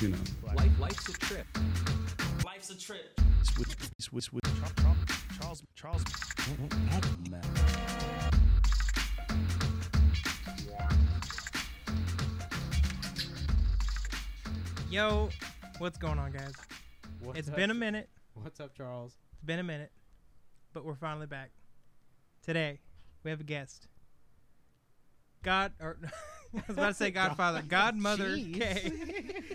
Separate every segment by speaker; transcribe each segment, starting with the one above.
Speaker 1: you know.
Speaker 2: Life, life's a trip. Life's a trip.
Speaker 3: Switch, switch, switch. Charles, Charles,
Speaker 4: Yo, what's going on, guys?
Speaker 5: What's
Speaker 4: It's
Speaker 5: up?
Speaker 4: been a minute.
Speaker 5: What's up, Charles?
Speaker 4: It's been a minute, but we're finally back. Today, we have a guest. God, or I was about to say Godfather, Godmother K.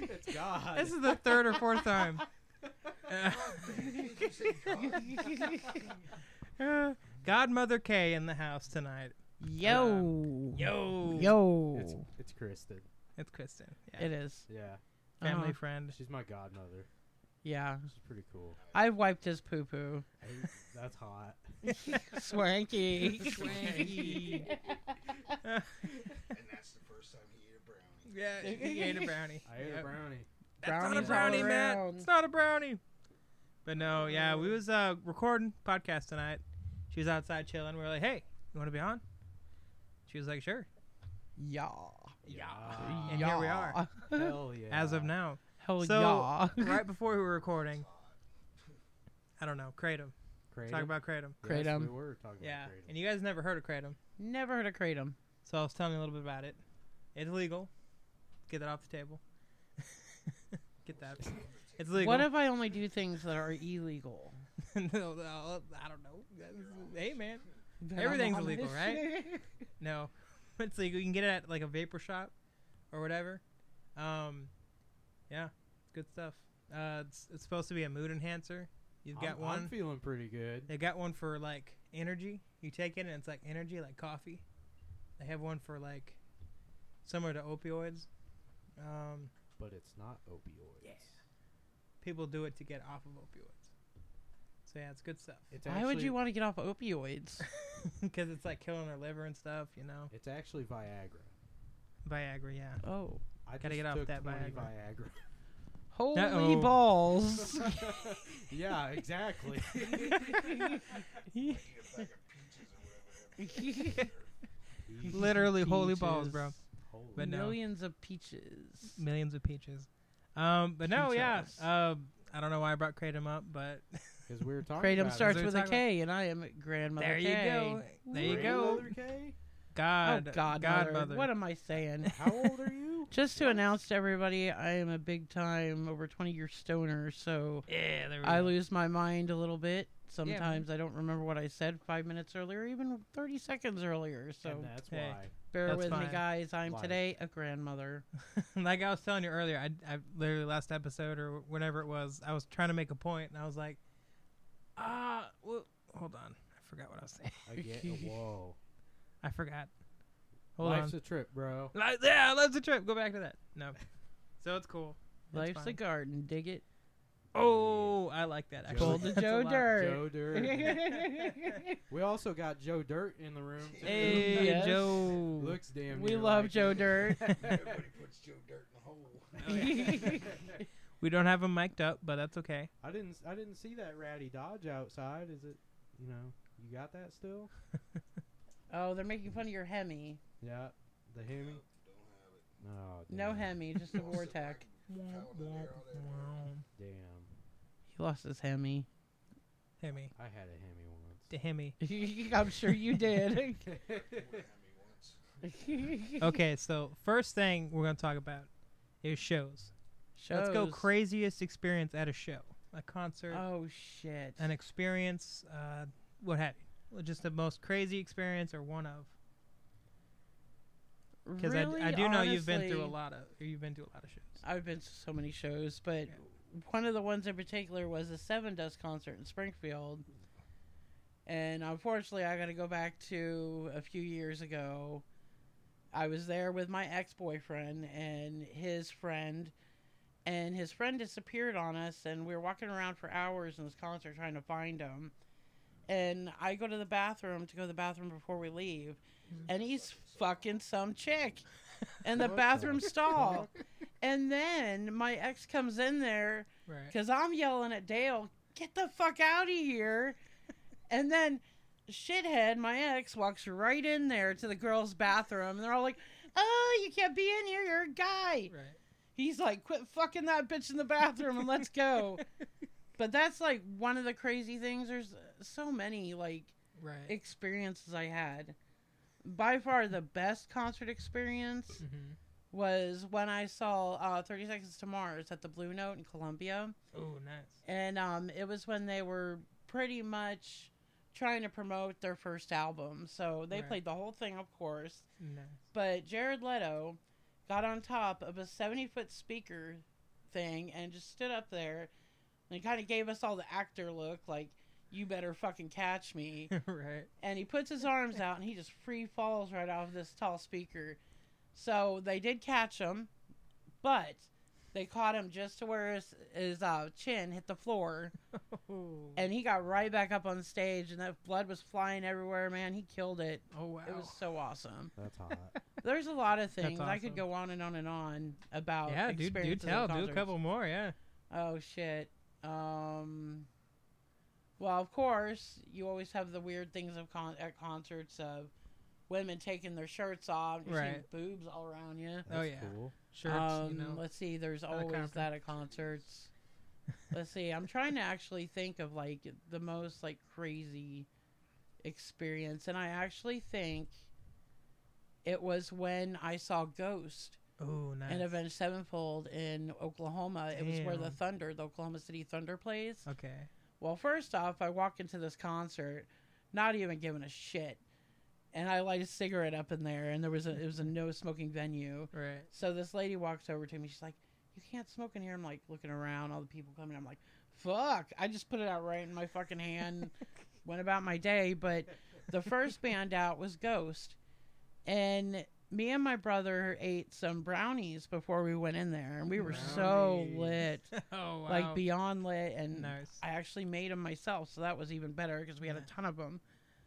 Speaker 5: It's God.
Speaker 4: This is the third or fourth time. Uh, Godmother K in the house tonight.
Speaker 6: Yo.
Speaker 4: Yo,
Speaker 6: Yo.
Speaker 5: it's, it's Kristen.
Speaker 4: it's Kristen. Yeah.
Speaker 6: It is.
Speaker 5: Yeah,
Speaker 4: family
Speaker 6: Uh-huh.
Speaker 4: friend.
Speaker 5: she's my godmother.
Speaker 6: Yeah.
Speaker 5: She's pretty cool.
Speaker 6: I wiped his poo poo.
Speaker 5: I- that's hot.
Speaker 6: Swanky.
Speaker 1: And that's the first time he ate a brownie.
Speaker 4: Yeah, he ate a brownie.
Speaker 5: I ate
Speaker 4: Yep.
Speaker 5: a brownie.
Speaker 4: That's not
Speaker 6: Brownies
Speaker 4: a
Speaker 6: all
Speaker 4: brownie, man.
Speaker 6: around.
Speaker 4: It's not a brownie. But no, yeah, we was uh, recording podcast tonight. She was outside chilling. We were like, "Hey, you want to be on?" She was like, "Sure."
Speaker 6: Yeah.
Speaker 5: Yeah.
Speaker 4: And here we are,
Speaker 5: Hell yeah.
Speaker 4: as of now.
Speaker 6: Hell
Speaker 4: So-
Speaker 6: yeah.
Speaker 4: right before we were recording, I don't know, kratom.
Speaker 5: Kratom?
Speaker 4: Talk about kratom.
Speaker 5: Yes,
Speaker 6: Kratom.
Speaker 5: we were talking
Speaker 4: Yeah,
Speaker 5: about Kratom.
Speaker 4: and you guys never heard of kratom,
Speaker 6: Never heard of Kratom.
Speaker 4: so I was telling you a little bit about it. It's legal. Get that off the table. Get that. It's legal.
Speaker 6: What if I only do things that are illegal?
Speaker 4: no, no, I don't know. That's- Hey, man.
Speaker 6: That I'm
Speaker 4: Everything's
Speaker 6: on
Speaker 4: illegal,
Speaker 6: this
Speaker 4: right?
Speaker 6: shit?
Speaker 4: No, it's like you can get it at like a vapor shop or whatever. Um, yeah, good stuff. Uh, it's, it's supposed to be a mood enhancer. You've got
Speaker 5: I'm,
Speaker 4: one.
Speaker 5: I'm feeling pretty good.
Speaker 4: they got one for like energy. You take it and it's like energy, like coffee. They have one for like similar to opioids. Um,
Speaker 5: But it's not opioids. Yes.
Speaker 4: people do it to get off of opioids. So yeah, it's good stuff
Speaker 5: It's
Speaker 6: Why would
Speaker 5: actually-
Speaker 6: you want to get off opioids?
Speaker 4: because it's like killing their liver and stuff. You know,
Speaker 5: It's actually Viagra.
Speaker 4: Viagra. Yeah.
Speaker 6: Oh.
Speaker 5: I
Speaker 4: Gotta
Speaker 5: just
Speaker 4: get off
Speaker 5: took
Speaker 4: that
Speaker 5: 20
Speaker 4: Viagra.
Speaker 5: Viagra.
Speaker 6: Holy
Speaker 4: Uh-oh.
Speaker 6: balls.
Speaker 5: yeah, exactly.
Speaker 1: Eat a bag of peaches or whatever.
Speaker 4: Literally holy balls, bro.
Speaker 5: Peaches. Holy.
Speaker 4: But no.
Speaker 6: Millions of peaches.
Speaker 4: millions of peaches. Um, but no, yeah.
Speaker 6: Peaches.
Speaker 4: Um, I don't know why I brought kratom up, but
Speaker 5: Because we were talking
Speaker 6: Kratom
Speaker 5: about
Speaker 6: starts
Speaker 4: Is there
Speaker 6: with
Speaker 4: a
Speaker 6: a
Speaker 4: timer?
Speaker 6: K, and I am grandmother
Speaker 4: there you
Speaker 6: K.
Speaker 4: go. There
Speaker 5: it.
Speaker 4: you go.
Speaker 5: Grandmother K?
Speaker 4: God,
Speaker 6: oh, God,
Speaker 4: Godmother.
Speaker 6: What am I saying?
Speaker 5: How old are you?
Speaker 6: Just to announce to everybody, I am a big time over 20 year stoner, so
Speaker 4: yeah, there we
Speaker 6: I
Speaker 4: go.
Speaker 6: lose my mind a little bit. Sometimes I don't remember what I said five minutes earlier, even 30 seconds earlier. So
Speaker 5: and that's
Speaker 4: Hey.
Speaker 5: why.
Speaker 6: bear
Speaker 4: that's
Speaker 6: with me,
Speaker 4: fine.
Speaker 6: guys. I'm
Speaker 5: Life.
Speaker 6: today a grandmother.
Speaker 4: like I was telling you earlier, I, I literally last episode or whenever it was, I was trying to make a point, and I was like, ah, well, hold on, I forgot what I was saying.
Speaker 5: I get whoa.
Speaker 4: I forgot. Hold
Speaker 5: Life's
Speaker 4: on.
Speaker 5: a trip, bro.
Speaker 4: Li- yeah, life's a trip. Go back to that. No. So it's cool. It's
Speaker 6: Life's a
Speaker 4: fine.
Speaker 6: garden. Dig it.
Speaker 4: Oh, I like that actually.
Speaker 6: Pull
Speaker 5: Joe-
Speaker 6: the
Speaker 4: That's a
Speaker 6: Joe
Speaker 4: lot.
Speaker 6: Dirt.
Speaker 5: Joe Dirt. we also got Joe Dirt in the room. too.
Speaker 4: Hey,
Speaker 6: Yes.
Speaker 4: Joe.
Speaker 5: Looks damn.
Speaker 6: we
Speaker 5: near
Speaker 6: love
Speaker 5: like
Speaker 6: Joe
Speaker 5: it.
Speaker 6: Dirt.
Speaker 1: Everybody puts Joe Dirt in the hole.
Speaker 4: Oh, We don't have him mic'd up, but that's okay.
Speaker 5: I didn't. I didn't see that ratty Dodge outside. Is it? You know, you got that still?
Speaker 6: oh, they're making fun of your Hemi.
Speaker 5: Yeah. The Hemi.
Speaker 1: Don't have it.
Speaker 5: Oh, damn.
Speaker 6: No Hemi, just a
Speaker 1: Don't sit
Speaker 6: Vortec.
Speaker 1: back and pound in there all day long.
Speaker 5: Damn.
Speaker 6: He lost his Hemi.
Speaker 4: Hemi.
Speaker 5: I had a Hemi once.
Speaker 4: To Hemi.
Speaker 6: I'm sure you did.
Speaker 1: You wouldn't have me once.
Speaker 4: Okay, so first thing we're going to talk about is shows. Let's go
Speaker 6: Shows.
Speaker 4: craziest experience at a show, a concert,
Speaker 6: Oh shit!
Speaker 4: an experience, uh, what have you. Well, Just the most crazy experience or one of. Because
Speaker 6: really,
Speaker 4: I, I do know you've been through a
Speaker 6: honestly,
Speaker 4: lot of, or you've been to a lot of shows.
Speaker 6: I've been to so many shows, but one of the ones in particular was a Seven Dust concert in Springfield. And unfortunately, I got to go back to a few years ago. I was there with my ex boyfriend and his friend, and his friend disappeared on us, and we were walking around for hours in this concert trying to find him. And I go to the bathroom to go to the bathroom before we leave, and he's fucking some chick in the
Speaker 5: What the
Speaker 6: bathroom stall.
Speaker 5: fuck?
Speaker 6: And then my ex comes in there
Speaker 4: Right.
Speaker 6: because I'm yelling at Dale, get the fuck out of here. And then shithead, my ex, walks right in there to the girls' bathroom. And they're all like, oh, you can't be in here. You're a guy.
Speaker 4: Right.
Speaker 6: He's like, quit fucking that bitch in the bathroom and let's go. but that's like one of the crazy things. There's so many like
Speaker 4: Right.
Speaker 6: experiences I had. By far, the best concert experience
Speaker 4: mm-hmm.
Speaker 6: was when I saw uh, 30 Seconds to Mars at the Blue Note in Columbia.
Speaker 4: Oh, nice.
Speaker 6: And um, it was when they were pretty much trying to promote their first album. So they
Speaker 4: Right.
Speaker 6: played the whole thing, of course.
Speaker 4: Nice.
Speaker 6: But Jared Leto got on top of a 70 foot speaker thing and just stood up there and kind of gave us all the actor look like, you better fucking catch me
Speaker 4: right.
Speaker 6: and he puts his arms out and he just free falls right off this tall speaker. So they did catch him, but they caught him just to where his, his uh, chin hit the floor,
Speaker 4: Oh.
Speaker 6: and he got right back up on stage, and that blood was flying everywhere. Man, he killed it.
Speaker 4: oh wow.
Speaker 6: It was so awesome.
Speaker 5: That's hot.
Speaker 6: There's a lot of
Speaker 4: That's
Speaker 6: things I could
Speaker 4: awesome.
Speaker 6: go on and on and on about.
Speaker 4: yeah, dude. Do
Speaker 6: experiences at
Speaker 4: tell. Do a
Speaker 6: concerts.
Speaker 4: couple more. Yeah.
Speaker 6: Oh shit. Um. Well, of course, you always have the weird things of con- at concerts of women taking their shirts off, you're seeing
Speaker 4: Right.
Speaker 6: boobs all around you.
Speaker 4: Oh,
Speaker 5: That's
Speaker 4: yeah.
Speaker 5: Cool.
Speaker 4: Shirts.
Speaker 6: um,
Speaker 4: you know.
Speaker 6: Let's see. There's
Speaker 4: a
Speaker 6: always
Speaker 4: conference.
Speaker 6: that at concerts. let's see. I'm trying to actually think of like the most like crazy experience, and I actually think it was when I saw Ghost
Speaker 4: Oh, nice.
Speaker 6: and Avenged Sevenfold in Oklahoma. It was where the
Speaker 4: Damn. Uh,
Speaker 6: Thunder, the Oklahoma City Thunder, plays.
Speaker 4: Okay.
Speaker 6: Well, first off, I walk into this concert, not even giving a shit, and I light a cigarette up in there, and there was a it was a no smoking venue.
Speaker 4: Right.
Speaker 6: So this lady walks over to me. She's like, "You can't smoke in here." I'm like looking around, all the people coming. I'm like, "Fuck!" I just put it out right in my fucking hand, went about my day. But the first band out was Ghost, and me and my brother ate some brownies before we went in there, and we were so
Speaker 4: Brownies.
Speaker 6: lit,
Speaker 4: oh wow.
Speaker 6: like beyond lit, and
Speaker 4: nice.
Speaker 6: I actually made them myself, so that was even better because we had
Speaker 4: Yeah.
Speaker 6: a ton of them.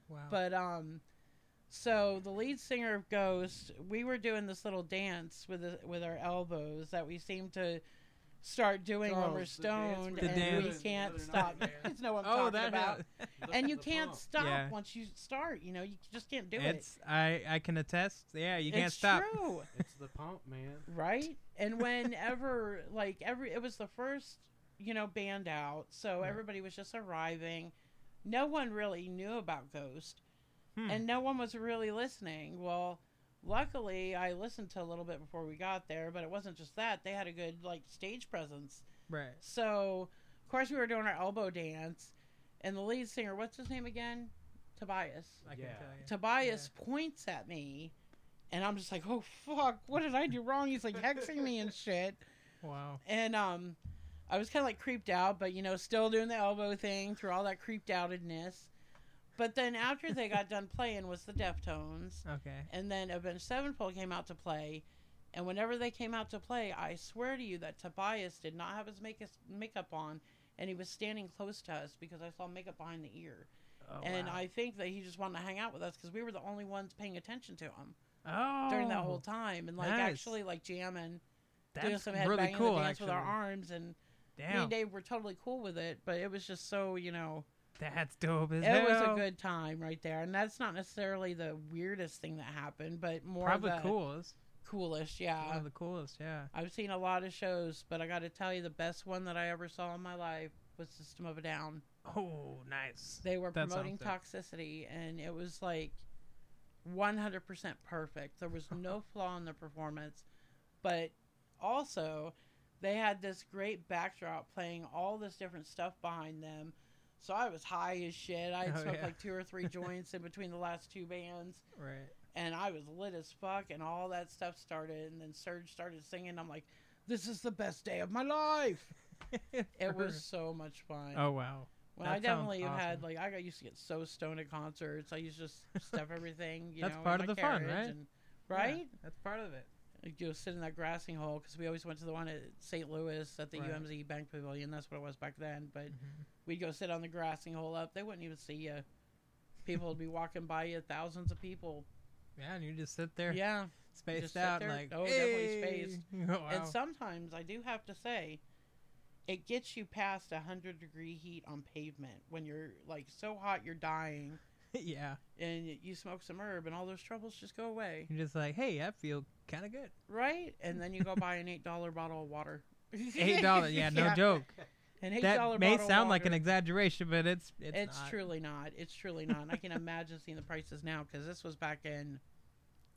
Speaker 4: wow.
Speaker 6: But um, so the lead singer of Ghost, we were doing this little dance with the, with our elbows that we seem to start doing when
Speaker 1: Oh,
Speaker 6: we're
Speaker 1: the dance
Speaker 6: stoned,
Speaker 4: we're
Speaker 6: and we
Speaker 4: doing
Speaker 6: can't
Speaker 1: the other
Speaker 6: stop.
Speaker 1: night, man.
Speaker 6: It's no one
Speaker 4: oh,
Speaker 6: talking
Speaker 4: that.
Speaker 6: about, and you can't stop
Speaker 4: Yeah.
Speaker 6: once you start. You know, you just can't do it.
Speaker 4: It's. I. I can attest. Yeah. You can't
Speaker 6: It's
Speaker 4: stop.
Speaker 6: True.
Speaker 5: It's the pump, man.
Speaker 6: right and whenever like every it was the first you know band out so
Speaker 4: Right.
Speaker 6: everybody was just arriving no one really knew about ghost
Speaker 4: Hmm.
Speaker 6: and no one was really listening well luckily i listened to a little bit before we got there but it wasn't just that they had a good like stage presence
Speaker 4: Right.
Speaker 6: so of course we were doing our elbow dance and the lead singer what's his name again tobias
Speaker 4: I can
Speaker 5: Yeah.
Speaker 4: tell you.
Speaker 6: Tobias points at me, and I'm just like, "Oh fuck, what did I do wrong?" He's like hexing me and shit,
Speaker 4: Wow.
Speaker 6: and um, I was kind of like creeped out, but you know, still doing the elbow thing through all that creeped outedness. But then after they got done playing was the Deftones,
Speaker 4: Okay.
Speaker 6: and then Avenged Sevenfold came out to play, and whenever they came out to play, I swear to you that Tobias did not have his make- makeup on, and he was standing close to us because I saw makeup behind the ear
Speaker 4: Oh,
Speaker 6: and
Speaker 4: wow.
Speaker 6: I think that he just wanted to hang out with us because we were the only ones paying attention to him
Speaker 4: Oh,
Speaker 6: during that whole time, and like
Speaker 4: nice.
Speaker 6: actually like jamming, doing
Speaker 4: that's
Speaker 6: some
Speaker 4: really
Speaker 6: headbanging
Speaker 4: cool.
Speaker 6: the dance
Speaker 4: Actually,
Speaker 6: with our arms, and me
Speaker 4: damn,
Speaker 6: and Dave were totally cool with it. But it was just so you know,
Speaker 4: that's dope as
Speaker 6: it was a
Speaker 4: hell.
Speaker 6: good time right there, and that's not necessarily the weirdest thing that happened, but uh, more
Speaker 4: Probably
Speaker 6: of the
Speaker 4: coolest.
Speaker 6: coolest, yeah.
Speaker 4: One of the coolest. Yeah.
Speaker 6: I've seen a lot of shows, but I got to tell you, the best one that I ever saw in my life was System of a Down.
Speaker 4: Oh, nice.
Speaker 6: they were
Speaker 4: That sounds
Speaker 6: promoting
Speaker 4: good.
Speaker 6: toxicity and it was like 100% perfect there was no flaw in the performance but also they had this great backdrop playing all this different stuff behind them so i was high as shit i had
Speaker 4: Oh,
Speaker 6: smoked
Speaker 4: yeah.
Speaker 6: like two or three joints in between the last two bands
Speaker 4: Right.
Speaker 6: and i was lit as fuck and all that stuff started and then serge started singing i'm like this is the best day of my life it was so much fun
Speaker 4: Oh wow.
Speaker 6: well,
Speaker 4: That
Speaker 6: I definitely
Speaker 4: sounds
Speaker 6: had
Speaker 4: awesome.
Speaker 6: like I got used to get so stoned at concerts. I used to just stuff everything. You
Speaker 4: That's
Speaker 6: know, in
Speaker 4: part of
Speaker 6: my
Speaker 4: the fun,
Speaker 6: carriage
Speaker 4: right?
Speaker 6: And,
Speaker 4: Yeah,
Speaker 6: right?
Speaker 4: that's part of it.
Speaker 6: Like, You sit in that grassing hole because we always went to the one at St. Louis at the
Speaker 4: Right.
Speaker 6: UMZ Bank Pavilion. That's what it was back then. But
Speaker 4: Mhm.
Speaker 6: we'd go sit on the grassing hole up. They wouldn't even see you. People would be walking by you, thousands of people.
Speaker 4: Yeah, and you just sit there,
Speaker 6: Yeah,
Speaker 4: spaced
Speaker 6: just sit
Speaker 4: out,
Speaker 6: there.
Speaker 4: like
Speaker 6: Oh, definitely
Speaker 4: "Hey!"
Speaker 6: spaced.
Speaker 4: Oh, wow.
Speaker 6: and sometimes I do have to say, it gets you past a hundred degree heat on pavement when you're like so hot you're dying.
Speaker 4: yeah.
Speaker 6: and y- you smoke some herb and all those troubles just go away
Speaker 4: You're just like, hey, I feel kind of good.
Speaker 6: right and then you go buy an eight dollar bottle of water
Speaker 4: Eight dollars. Yeah, no joke.
Speaker 6: an eight dollar
Speaker 4: That may
Speaker 6: bottle of
Speaker 4: sound like an
Speaker 6: water.
Speaker 4: exaggeration, but it's it's,
Speaker 6: it's
Speaker 4: not.
Speaker 6: truly not it's truly not i can imagine seeing the prices now because this was back in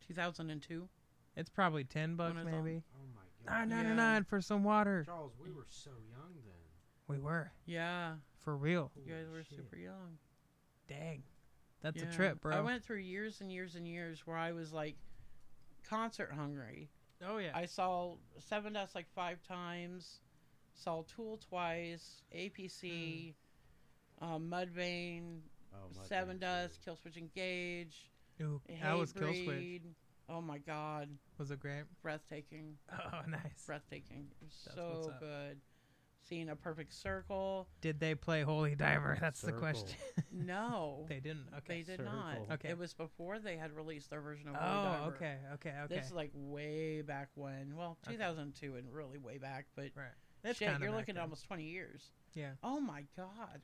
Speaker 6: 2002
Speaker 4: It's probably ten bucks
Speaker 6: it's on-
Speaker 4: maybe.
Speaker 5: Oh my
Speaker 4: Nine
Speaker 5: god.
Speaker 4: ninety
Speaker 6: Yeah.
Speaker 4: nine for some water.
Speaker 5: Charles, we were so young then.
Speaker 4: We were
Speaker 6: yeah
Speaker 4: for real.
Speaker 6: you
Speaker 5: Holy
Speaker 6: guys were
Speaker 5: shit.
Speaker 6: super young
Speaker 4: Dang, that's
Speaker 6: Yeah.
Speaker 4: a trip, bro.
Speaker 6: I went through years and years and years where I was like concert hungry.
Speaker 4: oh yeah.
Speaker 6: I saw Seven Dust like five times, saw Tool twice, APC,
Speaker 4: Hmm.
Speaker 6: um, Mudvayne,
Speaker 5: Oh, my
Speaker 6: Seven
Speaker 5: God.
Speaker 6: Dust, Killswitch Engage.
Speaker 4: Ooh, that was Killswitch.
Speaker 6: Hatebreed. Oh my god,
Speaker 4: Was it great?
Speaker 6: breathtaking,
Speaker 4: Oh, nice.
Speaker 6: breathtaking, It was
Speaker 4: That's what's
Speaker 6: so
Speaker 4: up.
Speaker 6: good. Seeing a perfect circle.
Speaker 4: Did they play Holy Diver? That's the
Speaker 5: Circle.
Speaker 4: question.
Speaker 6: No,
Speaker 4: they didn't.
Speaker 6: they
Speaker 4: Okay.
Speaker 6: did not.
Speaker 5: Circle.
Speaker 4: Okay.
Speaker 6: It was before they had released their version of. Holy
Speaker 4: oh,
Speaker 6: Diver.
Speaker 4: okay, okay, okay.
Speaker 6: This is like way back when. Well,
Speaker 4: Okay.
Speaker 6: 2002 and really way back, but
Speaker 4: right. That's
Speaker 6: shit,
Speaker 4: kinda
Speaker 6: you're
Speaker 4: back
Speaker 6: looking at
Speaker 4: then.
Speaker 6: almost 20 years.
Speaker 4: Yeah.
Speaker 6: Oh my god.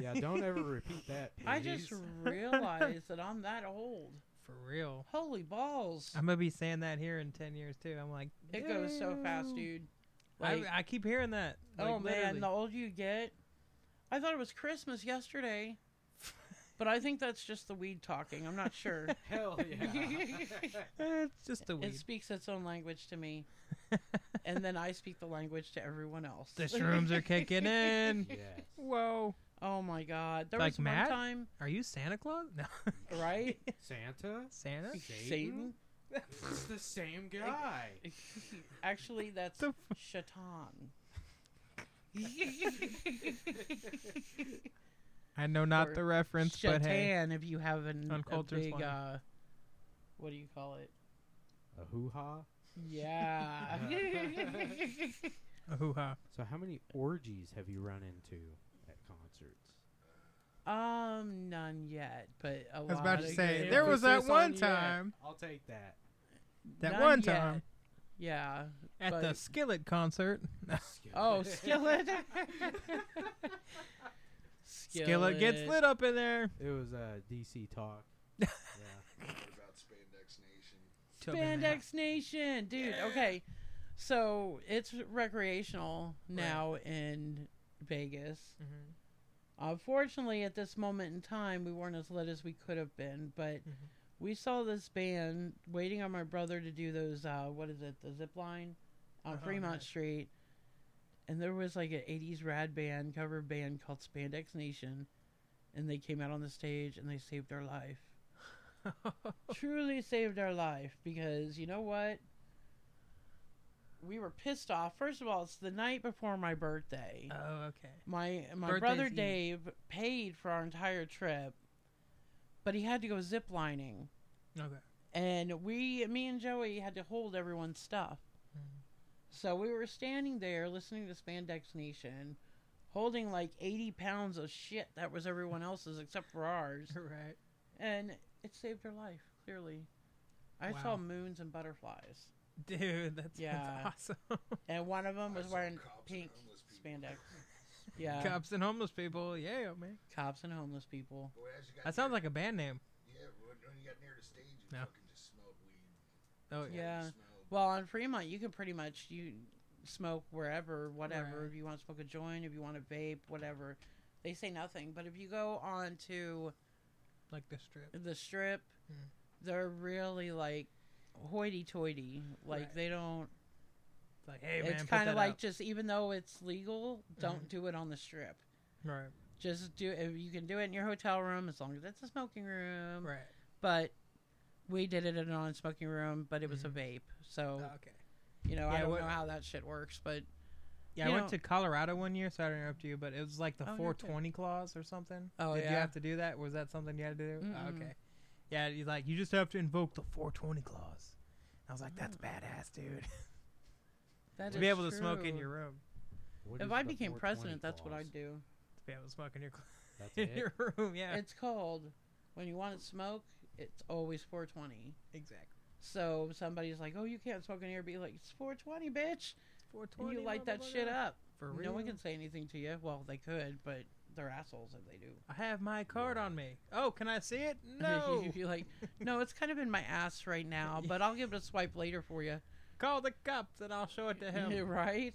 Speaker 5: Yeah, don't ever repeat that.
Speaker 6: I just
Speaker 5: please.
Speaker 6: realized that I'm that old.
Speaker 4: for real.
Speaker 6: Holy balls.
Speaker 4: I'm gonna be saying that here in ten years too. I'm like,
Speaker 6: it goes so fast,
Speaker 4: "Damn."
Speaker 6: dude. Like,
Speaker 4: I, I keep hearing that. Like,
Speaker 6: oh man, the
Speaker 4: literally.
Speaker 6: older you get. I thought it was Christmas yesterday, but I think that's just the weed talking. I'm not sure.
Speaker 5: Hell yeah.
Speaker 4: Eh, it's just a
Speaker 6: it
Speaker 4: weed.
Speaker 6: speaks its own language to me, and then I speak the language to everyone else.
Speaker 4: the shrooms are kicking in.
Speaker 5: yes.
Speaker 4: Whoa.
Speaker 6: Oh my god. There
Speaker 4: Like
Speaker 6: was one
Speaker 4: Matt?
Speaker 6: time,
Speaker 4: Are you Santa Claus? No,
Speaker 6: right?
Speaker 5: Santa?
Speaker 4: Santa.
Speaker 6: Satan?
Speaker 5: It's the same guy.
Speaker 6: Actually, that's
Speaker 4: The f-
Speaker 6: Shatan.
Speaker 4: I know not
Speaker 6: Or
Speaker 4: the reference,
Speaker 6: Shatan,
Speaker 4: but hey,
Speaker 6: if you have an, a
Speaker 4: Uncultured
Speaker 6: big,
Speaker 4: swine.
Speaker 6: uh, what do you call it?
Speaker 5: A hoo ha.
Speaker 6: Yeah.
Speaker 4: a hoo ha.
Speaker 5: So, how many orgies have you run into at concerts?
Speaker 6: um, none yet, but a
Speaker 4: I was about
Speaker 6: lot
Speaker 4: to
Speaker 6: of
Speaker 4: say
Speaker 6: good-
Speaker 4: there was that
Speaker 5: Emphasis
Speaker 4: one
Speaker 5: on yet.
Speaker 4: time.
Speaker 5: I'll take that.
Speaker 4: That
Speaker 6: none
Speaker 4: one
Speaker 6: yet.
Speaker 4: time
Speaker 6: Yeah.
Speaker 4: at the
Speaker 6: but-
Speaker 4: Skillet concert.
Speaker 6: Oh, skillet.
Speaker 4: Skillet gets lit up in there.
Speaker 5: It was uh, DC Talk. yeah.
Speaker 1: What about Spandex Nation?
Speaker 4: Took him out.
Speaker 6: Spandex Nation, dude. Okay, so it's recreational now in Vegas.
Speaker 4: Mhm.
Speaker 6: Unfortunately, at this moment in time, we weren't as lit as we could have been, but
Speaker 4: Mhm.
Speaker 6: we saw this band waiting on my brother to do those. Uh, what is it? The zip line on
Speaker 4: Oh,
Speaker 6: Fremont
Speaker 4: nice.
Speaker 6: Street, and there was like an '80s rad band cover band called Spandex Nation, and they came out on the stage and they saved our life truly saved our life because you know what? We were pissed off. First of all, it's the night before my birthday.
Speaker 4: oh, okay.
Speaker 6: my my
Speaker 4: Birthday's
Speaker 6: brother
Speaker 4: Eve.
Speaker 6: Dave paid for our entire trip, but he had to go zip lining,
Speaker 4: Okay.
Speaker 6: and we, me and Joey, had to hold everyone's stuff. So we were standing there listening to Spandex Nation, holding like eighty pounds of shit that was everyone else's except for ours
Speaker 4: Right.
Speaker 6: and it saved her life clearly i
Speaker 4: Wow.
Speaker 6: saw moons and butterflies
Speaker 4: Dude, that's,
Speaker 6: Yeah.
Speaker 4: that's awesome.
Speaker 6: and one of them was
Speaker 1: I saw
Speaker 6: wearing
Speaker 1: cops and
Speaker 6: pink
Speaker 1: homeless people.
Speaker 6: spandex yeah
Speaker 4: Cops and homeless people. Yeah, man.
Speaker 6: cops and homeless people
Speaker 1: Boy, as you got
Speaker 4: That sounds
Speaker 1: near-
Speaker 4: like a band name.
Speaker 1: Yeah, when, when you got near the stage, you
Speaker 4: No.
Speaker 1: fucking just smelled weed.
Speaker 4: Oh yeah.
Speaker 6: yeah
Speaker 1: You smelled
Speaker 6: well on fremont you can pretty much you smoke wherever whatever
Speaker 4: Right.
Speaker 6: if you want to smoke a joint if you want to vape whatever they say nothing but if you go on to
Speaker 4: like the strip.
Speaker 6: the strip
Speaker 4: Mm.
Speaker 6: they're really like hoity-toity like
Speaker 4: Right.
Speaker 6: they don't
Speaker 4: Like, hey man,
Speaker 6: it's
Speaker 4: put
Speaker 6: kind of
Speaker 4: that
Speaker 6: like
Speaker 4: up.
Speaker 6: just even though it's legal don't
Speaker 4: Mhm.
Speaker 6: do it on the strip
Speaker 4: right,
Speaker 6: just do if you can do it in your hotel room as long as it's a smoking room
Speaker 4: right.
Speaker 6: but we did it in a non-smoking room but it was
Speaker 4: Mm-hmm.
Speaker 6: a vape so
Speaker 4: Oh, okay.
Speaker 6: you know
Speaker 4: Yeah,
Speaker 6: i don't
Speaker 4: what-
Speaker 6: know how that shit works but
Speaker 4: Yeah,
Speaker 6: You
Speaker 4: I went
Speaker 6: know-
Speaker 4: to Colorado one year. Sorry to interrupt you, but it was like the
Speaker 6: Oh, you're good.
Speaker 4: 420 clause or something.
Speaker 6: Oh,
Speaker 4: Did you
Speaker 6: yeah.
Speaker 4: have to do that? Was that something you had to do? Oh,
Speaker 6: Mm-mm.
Speaker 4: okay. Yeah, you like you just have to invoke the 420 clause. I was like, Oh. that's badass, dude.
Speaker 6: that
Speaker 4: to be
Speaker 6: is
Speaker 4: able to smoke in
Speaker 6: true.
Speaker 4: your room,
Speaker 5: What
Speaker 6: if
Speaker 5: is
Speaker 6: I
Speaker 5: the
Speaker 6: became
Speaker 5: 420
Speaker 6: president, that's what
Speaker 5: clause?
Speaker 6: I'd do.
Speaker 4: to be able to smoke in your cl-
Speaker 5: That's
Speaker 4: in
Speaker 5: it.
Speaker 4: your room. Yeah,
Speaker 6: It's called when you want to smoke, it's always 420.
Speaker 4: exactly.
Speaker 6: So somebody's like, "Oh, you can't smoke in here." Be like, "It's 420, bitch," and
Speaker 4: 420.
Speaker 6: you light that shit
Speaker 4: motherfucker.
Speaker 6: up.
Speaker 4: For real.
Speaker 6: No one can say anything to you. Well, they could, but they're assholes if they do.
Speaker 4: I have my card on me. Oh, can I see it? No.
Speaker 6: You're like, no, it's kind of in my ass right now, but I'll give it a swipe later for you.
Speaker 4: Call the cops and I'll show it to him.
Speaker 6: right?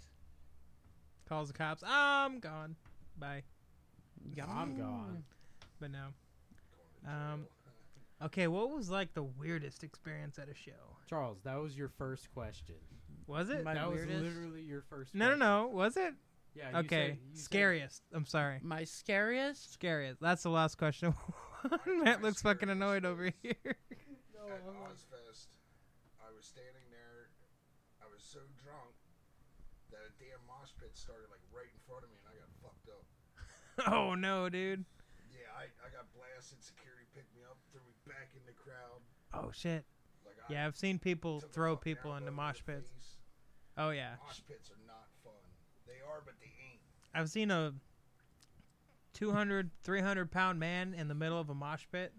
Speaker 4: Calls the cops. I'm gone. Bye.
Speaker 5: I'm gone.
Speaker 4: But no. Um. Okay, what was like the weirdest experience at a show?
Speaker 5: Charles, that was your first question.
Speaker 4: Was it?
Speaker 6: My
Speaker 5: that
Speaker 6: weirdest-
Speaker 5: was literally your first.
Speaker 4: No, no,
Speaker 5: question.
Speaker 4: no. Was it?
Speaker 5: Yeah. Uh, you
Speaker 4: Okay.
Speaker 5: said- you said-
Speaker 4: Scariest. I'm sorry.
Speaker 6: My scariest?
Speaker 4: Scariest. That's the last question. Matt looks fucking annoyed over here.
Speaker 5: No,
Speaker 1: at
Speaker 5: I'm like-
Speaker 1: Ozfest, I was standing there. I was so drunk that a damn mosh pit started like right in front of me, and I got fucked up.
Speaker 4: oh no, dude.
Speaker 1: Yeah, I, I got blasted. Security picked me up, threw me back in the crowd.
Speaker 4: Oh shit.
Speaker 1: Like
Speaker 4: Yeah,
Speaker 1: I
Speaker 4: I've seen people
Speaker 1: took a
Speaker 4: throw
Speaker 1: fucking
Speaker 4: people into
Speaker 1: elbow
Speaker 4: mosh
Speaker 1: to the
Speaker 4: pits.
Speaker 1: face.
Speaker 4: Oh yeah.
Speaker 1: Mosh pits are not fun. They are, but they ain't.
Speaker 4: I've seen a 200, 300 pound man in the middle of a mosh pit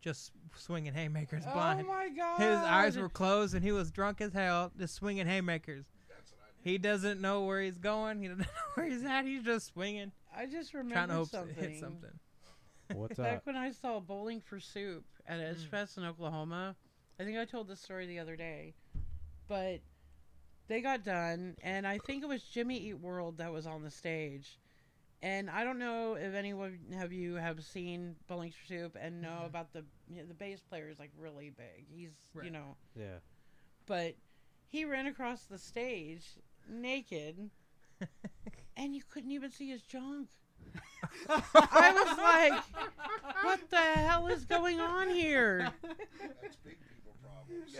Speaker 4: just swinging haymakers blind.
Speaker 6: Oh my god.
Speaker 4: His eyes were closed and he was drunk as hell, just swinging haymakers.
Speaker 1: That's what I did.
Speaker 4: He doesn't know where he's going. He doesn't know where he's at. He's just swinging,
Speaker 6: I just remembered
Speaker 4: trying to hope to
Speaker 6: something.
Speaker 4: hit something.
Speaker 5: What's
Speaker 6: Back
Speaker 5: up?
Speaker 6: when I saw Bowling for Soup at Edge Fest in Oklahoma, I think I told this story the other day, but they got done, and I think it was Jimmy Eat World that was on the stage. And I don't know if anyone of you have seen Bowling for Soup and know
Speaker 4: Mhm.
Speaker 6: about the you know, the bass player is like really big. He's you
Speaker 4: Right.
Speaker 6: know,
Speaker 5: Yeah.
Speaker 6: but he ran across the stage naked, and you couldn't even see his junk. I was like, what the hell is going on here?
Speaker 1: That's big people problems.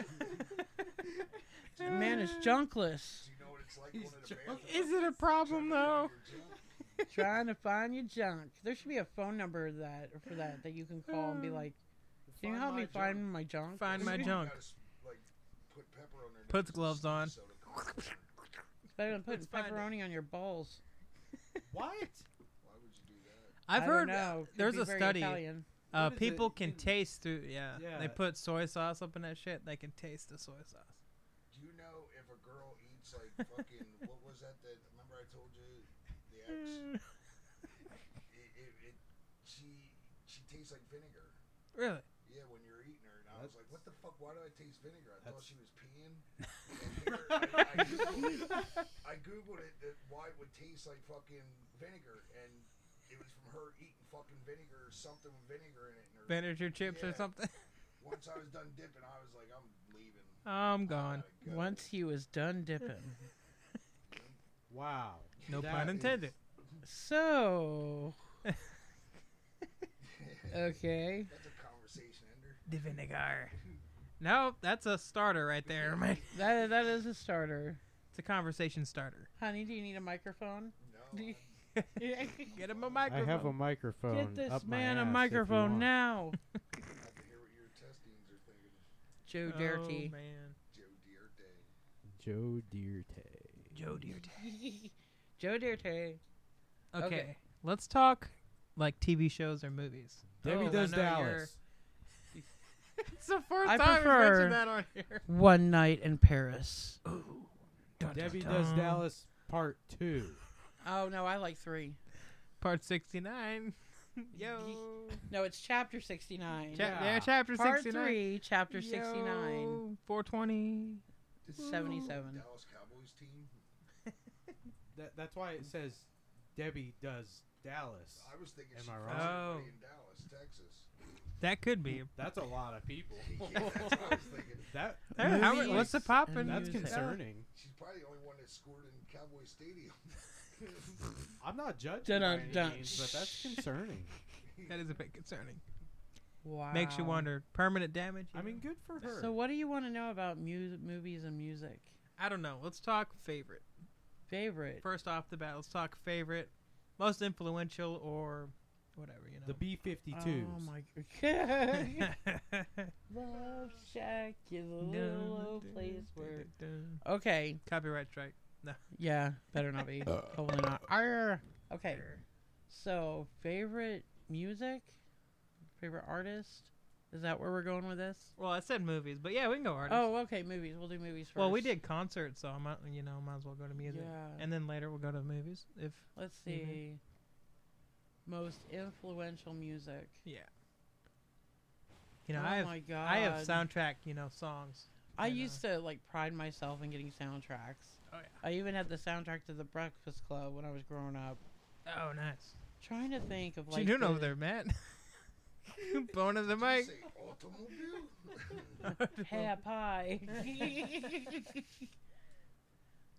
Speaker 6: The Man is junkless.
Speaker 1: Do you know what it's like
Speaker 5: He's
Speaker 1: going to
Speaker 5: drunk.
Speaker 1: bathroom?
Speaker 4: Is it a problem though?
Speaker 6: Trying to find your junk. There should be a phone number that for that that you can call and be
Speaker 4: Hmm.
Speaker 6: like, Can you help me find my junk?
Speaker 4: Find my
Speaker 1: You
Speaker 4: junk.
Speaker 1: gotta s- like, put pepper on their
Speaker 4: Puts
Speaker 1: nose,
Speaker 4: gloves on.
Speaker 1: soda comes on.
Speaker 6: It's better than putting
Speaker 4: Let's find it.
Speaker 6: pepperoni on your balls.
Speaker 5: What?
Speaker 1: Why would you do that?
Speaker 4: I've
Speaker 6: I
Speaker 4: heard uh,
Speaker 6: don't know. Could
Speaker 4: there's
Speaker 6: be
Speaker 4: a
Speaker 6: very
Speaker 4: study.
Speaker 6: Italian.
Speaker 4: Uh,
Speaker 5: What is it?
Speaker 4: people
Speaker 5: You
Speaker 4: can
Speaker 5: can-
Speaker 4: taste through. Yeah,
Speaker 5: Yeah.
Speaker 4: they put soy sauce up in that shit. They can taste the soy sauce.
Speaker 1: Do you know if a girl eats like fucking what was that? That remember I told you the ex. It, it, it she she tastes like vinegar.
Speaker 4: really?
Speaker 1: Yeah, when you're eating her, and I was
Speaker 5: That's-
Speaker 1: like, what the fuck? Why do I taste vinegar? I
Speaker 5: That's-
Speaker 1: thought she was peeing. And I, I googled, I googled it that why it would taste like fucking vinegar, and it was from her eating fucking vinegar or something with vinegar in it. And her,
Speaker 4: Vinegar chips or
Speaker 1: Yeah.
Speaker 4: something?
Speaker 1: once I was done dipping, I was like, I'm leaving. Oh I
Speaker 4: I'm gone.
Speaker 1: gotta go."
Speaker 6: Once he was done dipping.
Speaker 5: Wow.
Speaker 4: No
Speaker 5: That
Speaker 4: pun
Speaker 5: is-
Speaker 4: intended.
Speaker 6: So okay.
Speaker 1: That's a conversation ender.
Speaker 4: The vinegar. No, that's a starter right there, man.
Speaker 6: That that is a starter.
Speaker 4: It's a conversation starter.
Speaker 6: Honey, do you need a microphone? Do you-
Speaker 1: No, I'm-
Speaker 4: Get him a
Speaker 5: I
Speaker 4: microphone.
Speaker 5: have a microphone.
Speaker 6: Get this
Speaker 5: up my
Speaker 6: man a
Speaker 5: ass if you
Speaker 6: microphone
Speaker 5: want.
Speaker 6: now.
Speaker 1: I have to hear what your intestines are thinking.
Speaker 6: Joe
Speaker 4: Oh,
Speaker 6: Dirty.
Speaker 4: man.
Speaker 1: Joe Dear Day.
Speaker 5: Joe Dirte.
Speaker 4: Joe
Speaker 6: Oh,
Speaker 4: Dirty.
Speaker 6: Joe Dirty.
Speaker 4: Okay.
Speaker 6: Okay.
Speaker 4: Let's talk like TV shows or movies.
Speaker 5: Debbie
Speaker 4: Oh, I
Speaker 5: does
Speaker 4: know you're-
Speaker 5: Dallas.
Speaker 4: It's the first
Speaker 6: I
Speaker 4: time you
Speaker 6: prefer-
Speaker 4: mentioned that on here.
Speaker 6: One night in Paris.
Speaker 5: Debbie does Dallas Part Two.
Speaker 6: Oh no, I like three.
Speaker 4: Part 69. Yo.
Speaker 6: No, it's chapter sixty nine.
Speaker 4: Cha-
Speaker 5: Yeah.
Speaker 4: yeah, chapter
Speaker 6: Part
Speaker 4: 69.
Speaker 6: three, chapter sixty nine.
Speaker 4: Yo, 420.
Speaker 6: Seventy seven.
Speaker 1: Oh, Dallas Cowboys team.
Speaker 5: That, that's why it says Debbie does Dallas.
Speaker 1: I was thinking
Speaker 5: Am
Speaker 1: she
Speaker 5: I
Speaker 1: found
Speaker 5: wrong?
Speaker 1: somebody
Speaker 4: Oh.
Speaker 1: in Dallas, Texas.
Speaker 4: That could be.
Speaker 5: That's a lot of people.
Speaker 1: Yeah, that's what I was thinking.
Speaker 5: that
Speaker 4: Hey, how-
Speaker 6: Movies
Speaker 4: what's the
Speaker 6: and
Speaker 4: poppin'?
Speaker 5: that's
Speaker 6: music.
Speaker 5: concerning.
Speaker 1: She's probably the only one that scored in Cowboy Stadium.
Speaker 5: I'm not judging, by
Speaker 6: Dun-dun,
Speaker 5: any
Speaker 6: dun.
Speaker 5: means, but that's concerning.
Speaker 4: That is a bit concerning.
Speaker 6: Wow.
Speaker 4: Makes you wonder. Permanent damage?
Speaker 5: I
Speaker 4: you
Speaker 5: mean,
Speaker 4: know?
Speaker 5: good for her.
Speaker 6: So, what do you want to know about mu- movies and music?
Speaker 4: I don't know. Let's talk favorite.
Speaker 6: Favorite.
Speaker 4: First off the bat, let's talk favorite, most influential, or whatever, you know.
Speaker 5: the B52s.
Speaker 6: Oh my god.
Speaker 4: The
Speaker 6: Love Shack is a little place where. Okay.
Speaker 4: Copyright strike.
Speaker 6: Yeah, better not
Speaker 5: Uh,
Speaker 6: be. Hopefully not. Arr. Okay. So, favorite music? Favorite artist? Is that where we're going with this?
Speaker 4: Well, I said movies, but yeah, we can go artists.
Speaker 6: Oh, okay. Movies. We'll do movies first.
Speaker 4: well, we did concerts, so I might, you know, might as well go to music,
Speaker 6: Yeah.
Speaker 4: and then later we'll go to movies. If
Speaker 6: Let's
Speaker 4: Mhm.
Speaker 6: see. most influential music.
Speaker 4: Yeah. You know,
Speaker 6: oh
Speaker 4: I have
Speaker 6: my god.
Speaker 4: I have soundtrack, you know, songs.
Speaker 6: I
Speaker 4: you know.
Speaker 6: used to like pride myself in getting soundtracks.
Speaker 4: Oh, yeah.
Speaker 6: I even had the soundtrack to The Breakfast Club when I was growing up.
Speaker 4: Oh, nice.
Speaker 6: Trying to think of
Speaker 4: What
Speaker 6: like
Speaker 4: you doing
Speaker 6: the-
Speaker 4: over there, Matt? Bone of the mic.
Speaker 1: Say automobile.
Speaker 6: Hey, pie.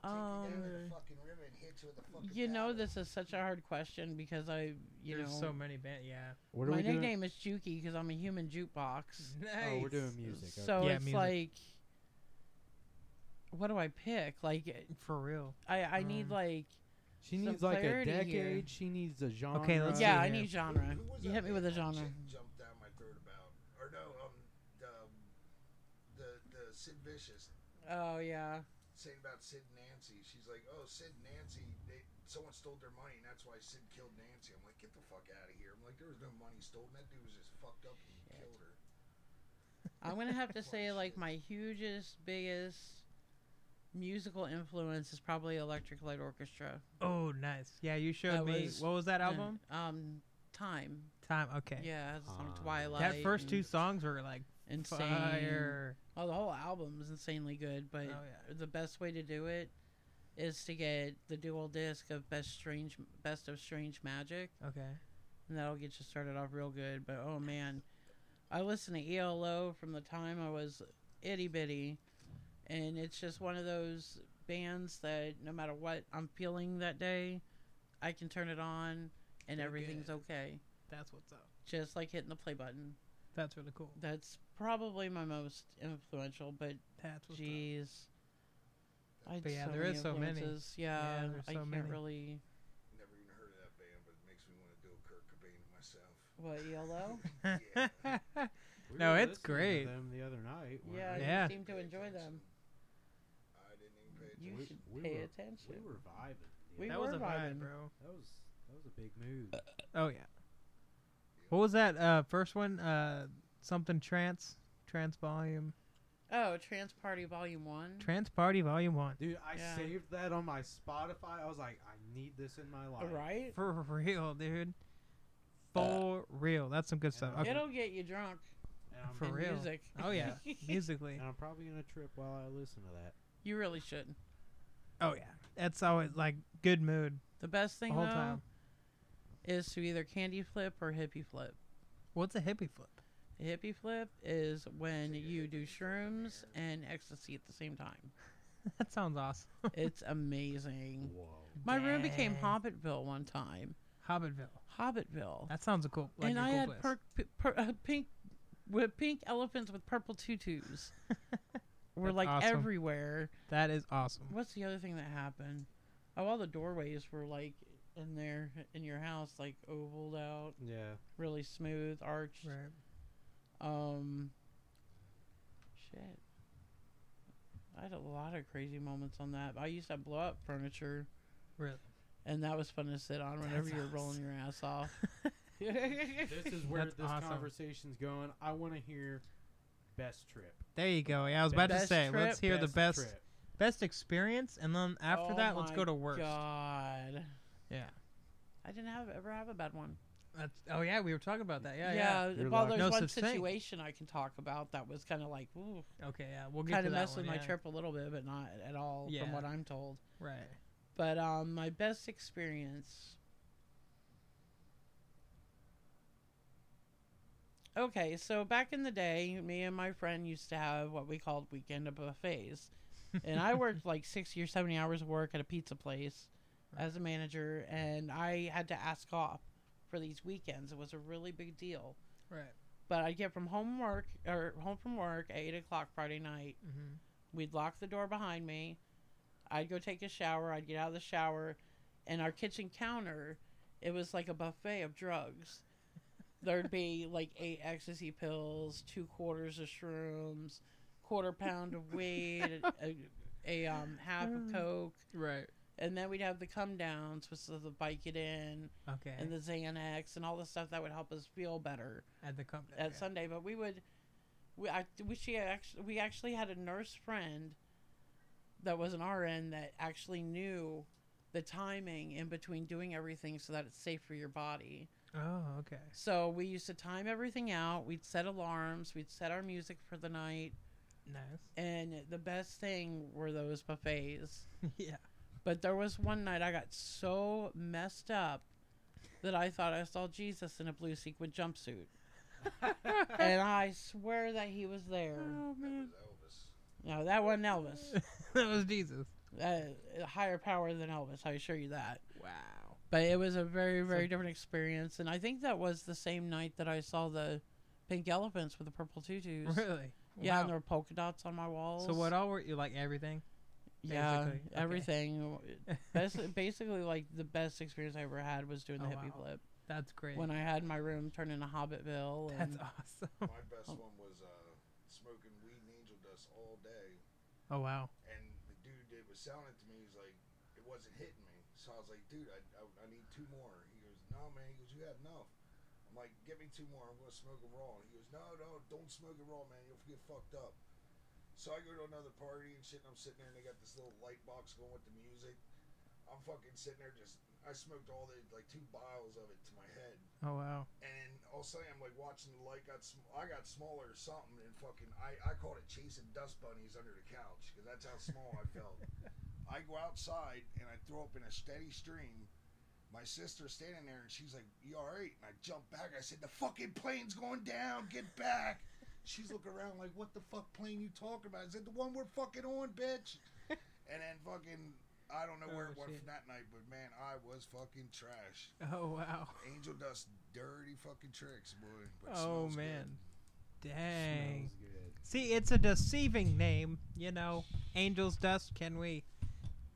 Speaker 1: Take you down to the
Speaker 6: um,
Speaker 1: fucking river and hit you with a fucking
Speaker 6: you know
Speaker 1: paddle.
Speaker 6: this is such a hard question because I, you
Speaker 4: There's
Speaker 6: know,
Speaker 4: so many bands. Yeah.
Speaker 5: What are
Speaker 6: my
Speaker 5: we doing?
Speaker 6: nickname is Juki because I'm a human jukebox.
Speaker 4: Nice.
Speaker 5: Oh, we're doing music. Okay.
Speaker 6: So
Speaker 4: Yeah,
Speaker 6: it's
Speaker 4: music.
Speaker 6: like, what do I pick? Like,
Speaker 4: for real.
Speaker 6: I I need
Speaker 4: Um,
Speaker 6: like
Speaker 5: she
Speaker 6: some
Speaker 5: needs like a
Speaker 6: clarity here.
Speaker 5: decade. She needs a genre.
Speaker 4: let's
Speaker 6: yeah, I
Speaker 4: see here.
Speaker 6: need genre.
Speaker 1: Who was
Speaker 6: You
Speaker 1: that
Speaker 6: hit me with a
Speaker 1: band that
Speaker 6: genre.
Speaker 1: chick Jumped down my throat about, or no, um, the, the the Sid Vicious
Speaker 6: Oh yeah.
Speaker 1: saying about Sid and Nancy. She's like, oh, Sid and Nancy, they someone stole their money, and that's why Sid killed Nancy. I'm like, get the fuck out of here. I'm like, there was no money stolen. That dude was just fucked up and he killed her.
Speaker 6: I'm gonna have to say
Speaker 1: Holy
Speaker 6: like
Speaker 1: shit.
Speaker 6: my hugest, biggest musical influence is probably Electric Light Orchestra.
Speaker 4: Oh, nice. Yeah, you showed
Speaker 6: That
Speaker 4: me.
Speaker 6: was-
Speaker 4: What was that
Speaker 6: Yeah.
Speaker 4: album?
Speaker 6: Um, Time.
Speaker 4: Time. Okay.
Speaker 6: Yeah, it has the song
Speaker 5: Ah.
Speaker 6: Twilight.
Speaker 4: That first two
Speaker 6: and
Speaker 4: songs were like
Speaker 6: insane.
Speaker 4: fire.
Speaker 6: Well, Oh, the whole album is insanely good, but
Speaker 4: Oh yeah.
Speaker 6: the best way to do it is to get the dual disc of Best Strange, Best of Strange Magic,
Speaker 4: Okay.
Speaker 6: and that'll get you started off real good. But oh man, I listened to ELO from the time I was itty bitty, and it's just one of those bands that no matter what I'm feeling that day, I can turn it on and
Speaker 4: Feel
Speaker 6: everything's
Speaker 4: good.
Speaker 6: okay.
Speaker 4: That's what's up.
Speaker 6: Just like hitting the play button.
Speaker 4: That's really cool.
Speaker 6: That's probably my most influential, but
Speaker 4: That's what's up.
Speaker 6: jeez. I
Speaker 4: But yeah, there is so many.
Speaker 6: Yeah,
Speaker 4: Yeah, there's
Speaker 6: I
Speaker 4: so
Speaker 6: can't
Speaker 4: many.
Speaker 6: really.
Speaker 1: Never even heard of that band, but it makes me want to do a Kurt Cobain to myself.
Speaker 6: What E ELO?
Speaker 1: Yeah.
Speaker 5: We
Speaker 4: No,
Speaker 5: were
Speaker 4: it's
Speaker 5: listening to
Speaker 4: great.
Speaker 5: them the other night. weren't
Speaker 6: yeah,
Speaker 5: we?
Speaker 4: Yeah.
Speaker 6: you seem to
Speaker 1: Pay
Speaker 6: enjoy them.
Speaker 1: attention. I didn't even
Speaker 6: You should
Speaker 5: We- we
Speaker 1: pay attention.
Speaker 6: pay
Speaker 5: were-
Speaker 6: attention.
Speaker 5: We were vibing.
Speaker 6: We
Speaker 5: the
Speaker 4: That
Speaker 5: other-
Speaker 4: was
Speaker 6: were
Speaker 4: a vibe,
Speaker 6: vibing.
Speaker 4: bro.
Speaker 5: that was that was a big move.
Speaker 4: Oh yeah. What was that uh, first one? Uh, something trance, trance volume,
Speaker 6: Oh, Trans Party Volume One.
Speaker 4: trance party volume one.
Speaker 5: Dude, I
Speaker 6: Yeah.
Speaker 5: saved that on my Spotify. I was like, I need this in my life.
Speaker 6: Oh, right?
Speaker 4: For real, dude. For real, that's some good stuff.
Speaker 5: Yeah.
Speaker 4: Okay.
Speaker 6: It'll get you drunk.
Speaker 5: And I'm,
Speaker 4: For
Speaker 6: in
Speaker 4: real.
Speaker 6: Music.
Speaker 4: Oh yeah, musically.
Speaker 5: and I'm probably gonna trip while I listen to that.
Speaker 6: you really should.
Speaker 4: Oh yeah, that's always like good mood
Speaker 6: The best
Speaker 4: the
Speaker 6: thing
Speaker 4: whole
Speaker 6: though
Speaker 4: time.
Speaker 6: is to either candy flip or hippie flip.
Speaker 4: What's a hippie flip?
Speaker 6: A hippie flip is when you do shrooms and ecstasy at the same time.
Speaker 4: That sounds awesome.
Speaker 6: It's amazing.
Speaker 5: Whoa.
Speaker 6: My room became
Speaker 4: Dang.
Speaker 6: Hobbitville one time.
Speaker 4: Hobbitville.
Speaker 6: Hobbitville.
Speaker 4: That sounds a cool. Like
Speaker 6: and
Speaker 4: a
Speaker 6: I
Speaker 4: cool
Speaker 6: had
Speaker 4: place.
Speaker 6: per- p- per- uh, pink with pink elephants with purple tutus. were
Speaker 4: That's
Speaker 6: like
Speaker 4: awesome.
Speaker 6: everywhere.
Speaker 4: That is awesome.
Speaker 6: What's the other thing that happened? Oh, all the doorways were like in there in your house, like ovaled out,
Speaker 5: Yeah.
Speaker 6: really smooth, arched.
Speaker 4: Right.
Speaker 6: Um, shit. I had a lot of crazy moments on that. I used to blow up furniture.
Speaker 4: Really?
Speaker 6: And that was fun to sit on whenever
Speaker 4: That's
Speaker 6: you're rolling your ass off.
Speaker 5: This is where
Speaker 4: That's
Speaker 5: this
Speaker 4: awesome.
Speaker 5: conversation's going. I want to hear best trip.
Speaker 4: There you go. Yeah, I was about to
Speaker 6: Best
Speaker 4: say. Let's
Speaker 6: trip,
Speaker 4: hear the best
Speaker 5: trip.
Speaker 4: best experience, and then after
Speaker 6: Oh
Speaker 4: that, let's
Speaker 6: my
Speaker 4: go to worst.
Speaker 6: God.
Speaker 4: Yeah.
Speaker 6: I didn't have ever have a bad one.
Speaker 4: That's, oh yeah, we were talking about that. Yeah, yeah.
Speaker 6: yeah.
Speaker 5: You're
Speaker 6: well,
Speaker 5: lucky.
Speaker 6: there's
Speaker 4: No
Speaker 6: one
Speaker 4: such thing.
Speaker 6: situation I can talk about that was kind of like, ooh,
Speaker 4: Okay, yeah. We'll get
Speaker 6: kind
Speaker 4: to
Speaker 6: of
Speaker 4: that
Speaker 6: messed
Speaker 4: one,
Speaker 6: with my
Speaker 4: yeah.
Speaker 6: trip a little bit, but not at all
Speaker 4: Yeah.
Speaker 6: from what I'm told.
Speaker 4: Right.
Speaker 6: But um, my best experience. Okay, so back in the day, me and my friend used to have what we called weekend buffets. and I worked like 60 or 70 hours of work at a pizza place as a manager, and I had to ask off for these weekends. It was a really big deal.
Speaker 4: Right.
Speaker 6: But I'd get from home work or home from work at 8 o'clock Friday night,
Speaker 4: Mm-hmm.
Speaker 6: We'd lock the door behind me. I'd go take a shower. I'd get out of the shower. And our kitchen counter, it was like a buffet of drugs. There'd be like eight ecstasy pills, two quarters of shrooms, quarter pound of weed, a, a um, half of coke.
Speaker 4: Right.
Speaker 6: And then we'd have the come downs, which is the Vicodin
Speaker 4: Okay.
Speaker 6: and the Xanax and all the stuff that would help us feel better
Speaker 4: at the company.
Speaker 6: at uh, Sunday, but we would, we I, we she actually we actually had a nurse friend that was an RN that actually knew the timing in between doing everything so that it's safe for your body.
Speaker 4: Oh, okay.
Speaker 6: So we used to time everything out. We'd set alarms. We'd set our music for the night.
Speaker 4: Nice.
Speaker 6: And the best thing were those buffets.
Speaker 4: yeah.
Speaker 6: But there was one night I got so messed up that I thought I saw Jesus in a blue sequin jumpsuit. and I swear that he was there.
Speaker 4: Oh man,
Speaker 1: That was
Speaker 6: No, that wasn't Elvis.
Speaker 4: that was Jesus.
Speaker 6: Uh, higher power than Elvis, I assure you that.
Speaker 4: Wow.
Speaker 6: But it was a very, very different experience. And I think that was the same night that I saw the pink elephants with the purple tutus.
Speaker 4: Really?
Speaker 6: Yeah, and there
Speaker 4: Wow.
Speaker 6: were polka dots on my walls.
Speaker 4: So what all were you like everything?
Speaker 6: Yeah,
Speaker 4: basically? Okay.
Speaker 6: everything. Basi- basically, like the best experience I ever had was doing the
Speaker 4: Oh,
Speaker 6: hippie
Speaker 4: wow.
Speaker 6: flip
Speaker 4: That's great.
Speaker 6: when I had my room turned into Hobbitville.
Speaker 4: That's
Speaker 6: and
Speaker 4: awesome.
Speaker 1: my best
Speaker 6: Oh.
Speaker 1: one was uh, smoking weed and angel dust all day,
Speaker 4: Oh wow.
Speaker 1: and the dude that was selling it to me was like, it wasn't hitting me. So I was like, dude, I, I, I need two more. He goes, no man. He goes, you got enough. I'm like, get me two more. I'm gonna smoke them raw. He goes, no, no, don't smoke it raw, man. You'll get fucked up. So I go to another party and shit, and I'm sitting there, and they got this little light box going with the music. I'm fucking sitting there, just I smoked all the like two vials of it to my head
Speaker 4: Oh wow.
Speaker 1: and all of a sudden I'm like watching the light got sm- I got smaller or something and fucking I I called it chasing dust bunnies under the couch because that's how small I felt. I go outside and I throw up in a steady stream. My sister's standing there and she's like, "You all right?" And I jump back. I said, "The fucking plane's going down. Get back." She's looking around like, "What the fuck plane you talking about?" I said, "The one we're fucking on, bitch." and then fucking. I don't know where
Speaker 4: Oh,
Speaker 1: it went
Speaker 4: shit.
Speaker 1: from that night, but man, I was fucking trash.
Speaker 4: Oh wow.
Speaker 1: Angel Dust dirty fucking tricks, boy. But
Speaker 4: Oh
Speaker 1: smells
Speaker 4: man.
Speaker 5: Smells
Speaker 4: Dang.
Speaker 5: good.
Speaker 4: See, it's a deceiving name, you know. Angel's dust. Can we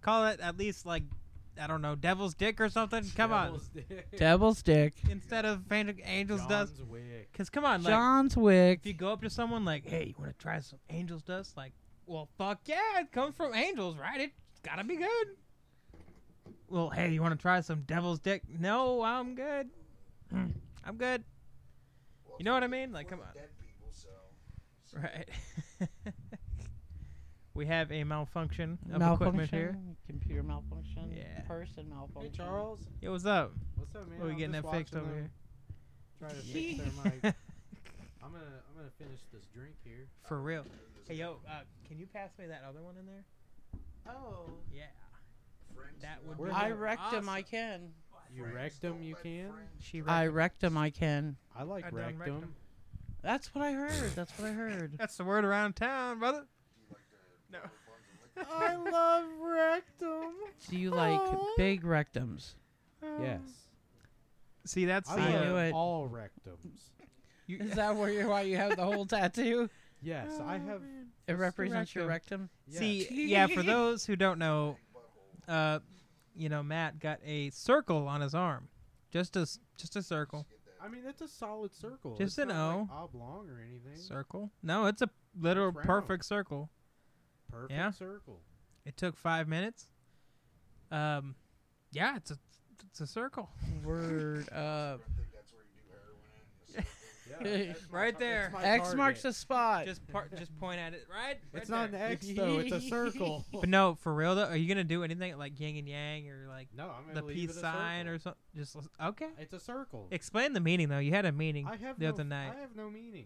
Speaker 4: call it at least like I don't know, devil's dick or something? Come on.
Speaker 5: Devil's Dick.
Speaker 6: Devil's Dick,
Speaker 4: Instead of fan- angel's dust,
Speaker 5: John's Wick.
Speaker 4: because come on, like
Speaker 6: John's Wick.
Speaker 4: if you go up to someone like, "Hey, you want to try some angel's dust?" Like, well, fuck yeah, it comes from angels, right? It's gotta be good. Well, hey, you want to try some devil's dick? No, I'm good. I'm good.
Speaker 1: good. Well,
Speaker 4: You know what
Speaker 1: for
Speaker 4: I
Speaker 1: the-
Speaker 4: mean? Like,
Speaker 1: for
Speaker 4: come
Speaker 1: the
Speaker 4: on.
Speaker 1: Dead people, so. so
Speaker 4: Right. we have a malfunction of equipment here.
Speaker 6: computer malfunction,
Speaker 4: Yeah.
Speaker 6: person
Speaker 5: Hey
Speaker 6: malfunction.
Speaker 5: Charles,
Speaker 4: Yo, what's up?
Speaker 5: what's up, man?
Speaker 4: What are we
Speaker 5: I'm
Speaker 4: getting
Speaker 5: just
Speaker 4: that fixed
Speaker 5: watching
Speaker 4: over
Speaker 5: them
Speaker 4: here?
Speaker 5: Try to fix their mic. I'm gonna I'm gonna finish this drink here.
Speaker 4: For real. Hey, yo, uh, can you pass me that other one in there?
Speaker 6: Oh,
Speaker 4: Yeah.
Speaker 1: friends
Speaker 4: That
Speaker 1: do
Speaker 4: would
Speaker 1: not-
Speaker 5: We're
Speaker 6: I
Speaker 5: here.
Speaker 6: wrecked him. I
Speaker 4: Awesome.
Speaker 6: can.
Speaker 5: You
Speaker 1: friends
Speaker 5: rectum,
Speaker 1: don't
Speaker 5: you
Speaker 1: let
Speaker 5: can.
Speaker 1: friends-
Speaker 4: She
Speaker 6: I
Speaker 4: wrecked-
Speaker 6: wrecked him. I can.
Speaker 5: I like
Speaker 4: I done
Speaker 5: rectum.
Speaker 4: wrecked 'em.
Speaker 6: That's what I heard. That's what I heard.
Speaker 4: That's the word around town, brother.
Speaker 1: Do you like the
Speaker 4: No.
Speaker 1: rubber buns and lick them?
Speaker 5: I love rectum.
Speaker 6: Do you like
Speaker 5: Aw.
Speaker 6: big rectums?
Speaker 5: Yes,
Speaker 4: See, that's
Speaker 5: I
Speaker 4: the. uh,
Speaker 6: love
Speaker 5: love
Speaker 6: knew it.
Speaker 5: all rectums.
Speaker 4: you-
Speaker 6: Is that where you why you have the whole tattoo?
Speaker 5: Yes, I have.
Speaker 6: It represents your rectum.
Speaker 5: yes.
Speaker 4: Oh, See, yeah, for those who don't know, uh, you know, Matt got a circle on his arm, just a s- just a circle,
Speaker 5: I mean that's a solid circle. it's
Speaker 4: Just an
Speaker 5: not like oblong or anything.
Speaker 4: circle. No, it's a literal
Speaker 5: It's round.
Speaker 4: perfect circle.
Speaker 5: Perfect
Speaker 4: Yeah.
Speaker 5: circle.
Speaker 4: It took five minutes. Um, yeah, it's a it's a circle
Speaker 6: Word up.
Speaker 1: I think that's where you do heroin at.
Speaker 5: Yeah,
Speaker 1: in the circle.
Speaker 5: that's my
Speaker 4: right
Speaker 5: tar-
Speaker 4: there.
Speaker 5: that's my
Speaker 6: X
Speaker 5: target.
Speaker 6: marks the spot.
Speaker 4: Just part, just point at it, right?
Speaker 5: It's not
Speaker 4: right there.
Speaker 5: an X though. It's a circle.
Speaker 4: But no, for real though, are you gonna do anything like yin and yang or like
Speaker 5: no, I'm gonna
Speaker 4: the
Speaker 5: leave
Speaker 4: peace
Speaker 5: it a
Speaker 4: sign
Speaker 5: circle.
Speaker 4: or something? Just lis- okay.
Speaker 5: It's a circle.
Speaker 4: Explain the meaning though. You had a meaning
Speaker 5: I have
Speaker 4: the
Speaker 5: no,
Speaker 4: other night.
Speaker 5: I have no meaning.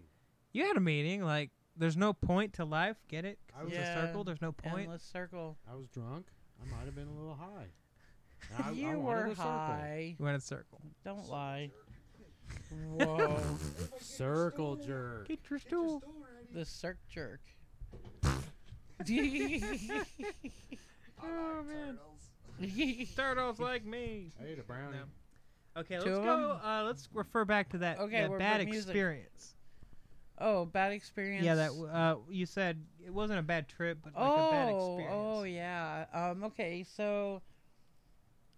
Speaker 4: You had a meeting. Like, there's no point to life. Get it? 'Cause
Speaker 5: I
Speaker 4: it's
Speaker 5: was-
Speaker 4: a circle. There's no point.
Speaker 6: Endless circle.
Speaker 5: I was drunk. I might have been a little high. And I- I
Speaker 6: you
Speaker 5: wanted a
Speaker 6: were
Speaker 5: circle.
Speaker 6: high.
Speaker 4: You want a circle.
Speaker 6: Don't lie. Whoa.
Speaker 5: Circle jerk.
Speaker 4: Get your
Speaker 1: Get your
Speaker 4: stool.
Speaker 1: stool ready.
Speaker 6: the circ jerk.
Speaker 1: I
Speaker 4: Oh,
Speaker 1: like
Speaker 4: man.
Speaker 1: turtles.
Speaker 4: Turtles like me.
Speaker 5: I ate a brownie.
Speaker 4: No. Okay,
Speaker 6: Two
Speaker 4: let's
Speaker 6: of
Speaker 4: go.
Speaker 6: 'em?
Speaker 4: Uh, let's refer back to that,
Speaker 6: Okay,
Speaker 4: that
Speaker 6: we're-
Speaker 4: bad
Speaker 6: we're music.
Speaker 4: experience.
Speaker 6: oh, bad experience.
Speaker 4: Yeah, that w- uh, you said it wasn't a bad trip, but like
Speaker 6: oh,
Speaker 4: a bad experience.
Speaker 6: Oh yeah. Um, okay, so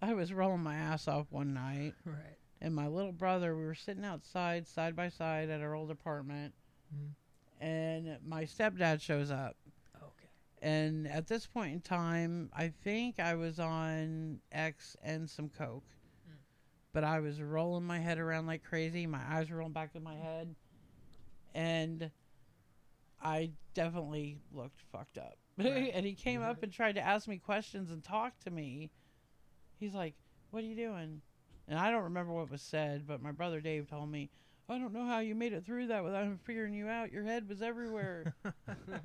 Speaker 6: I was rolling my ass off one night
Speaker 4: Right.
Speaker 6: and my little brother, we were sitting outside side by side at our old apartment
Speaker 5: Mm-hmm.
Speaker 4: Mhm.
Speaker 6: and my stepdad shows up.
Speaker 4: Okay.
Speaker 6: And at this point in time, I think I was on X and some Coke. But I was rolling my head around like crazy. My eyes were rolling back in my head. And I definitely looked fucked up.
Speaker 4: Right.
Speaker 6: and he came up and tried to ask me questions and talk to me. He's like, "What are you doing?" And I don't remember what was said, but my brother Dave told me, "I don't know how you made it through that without him figuring you out. Your head was everywhere."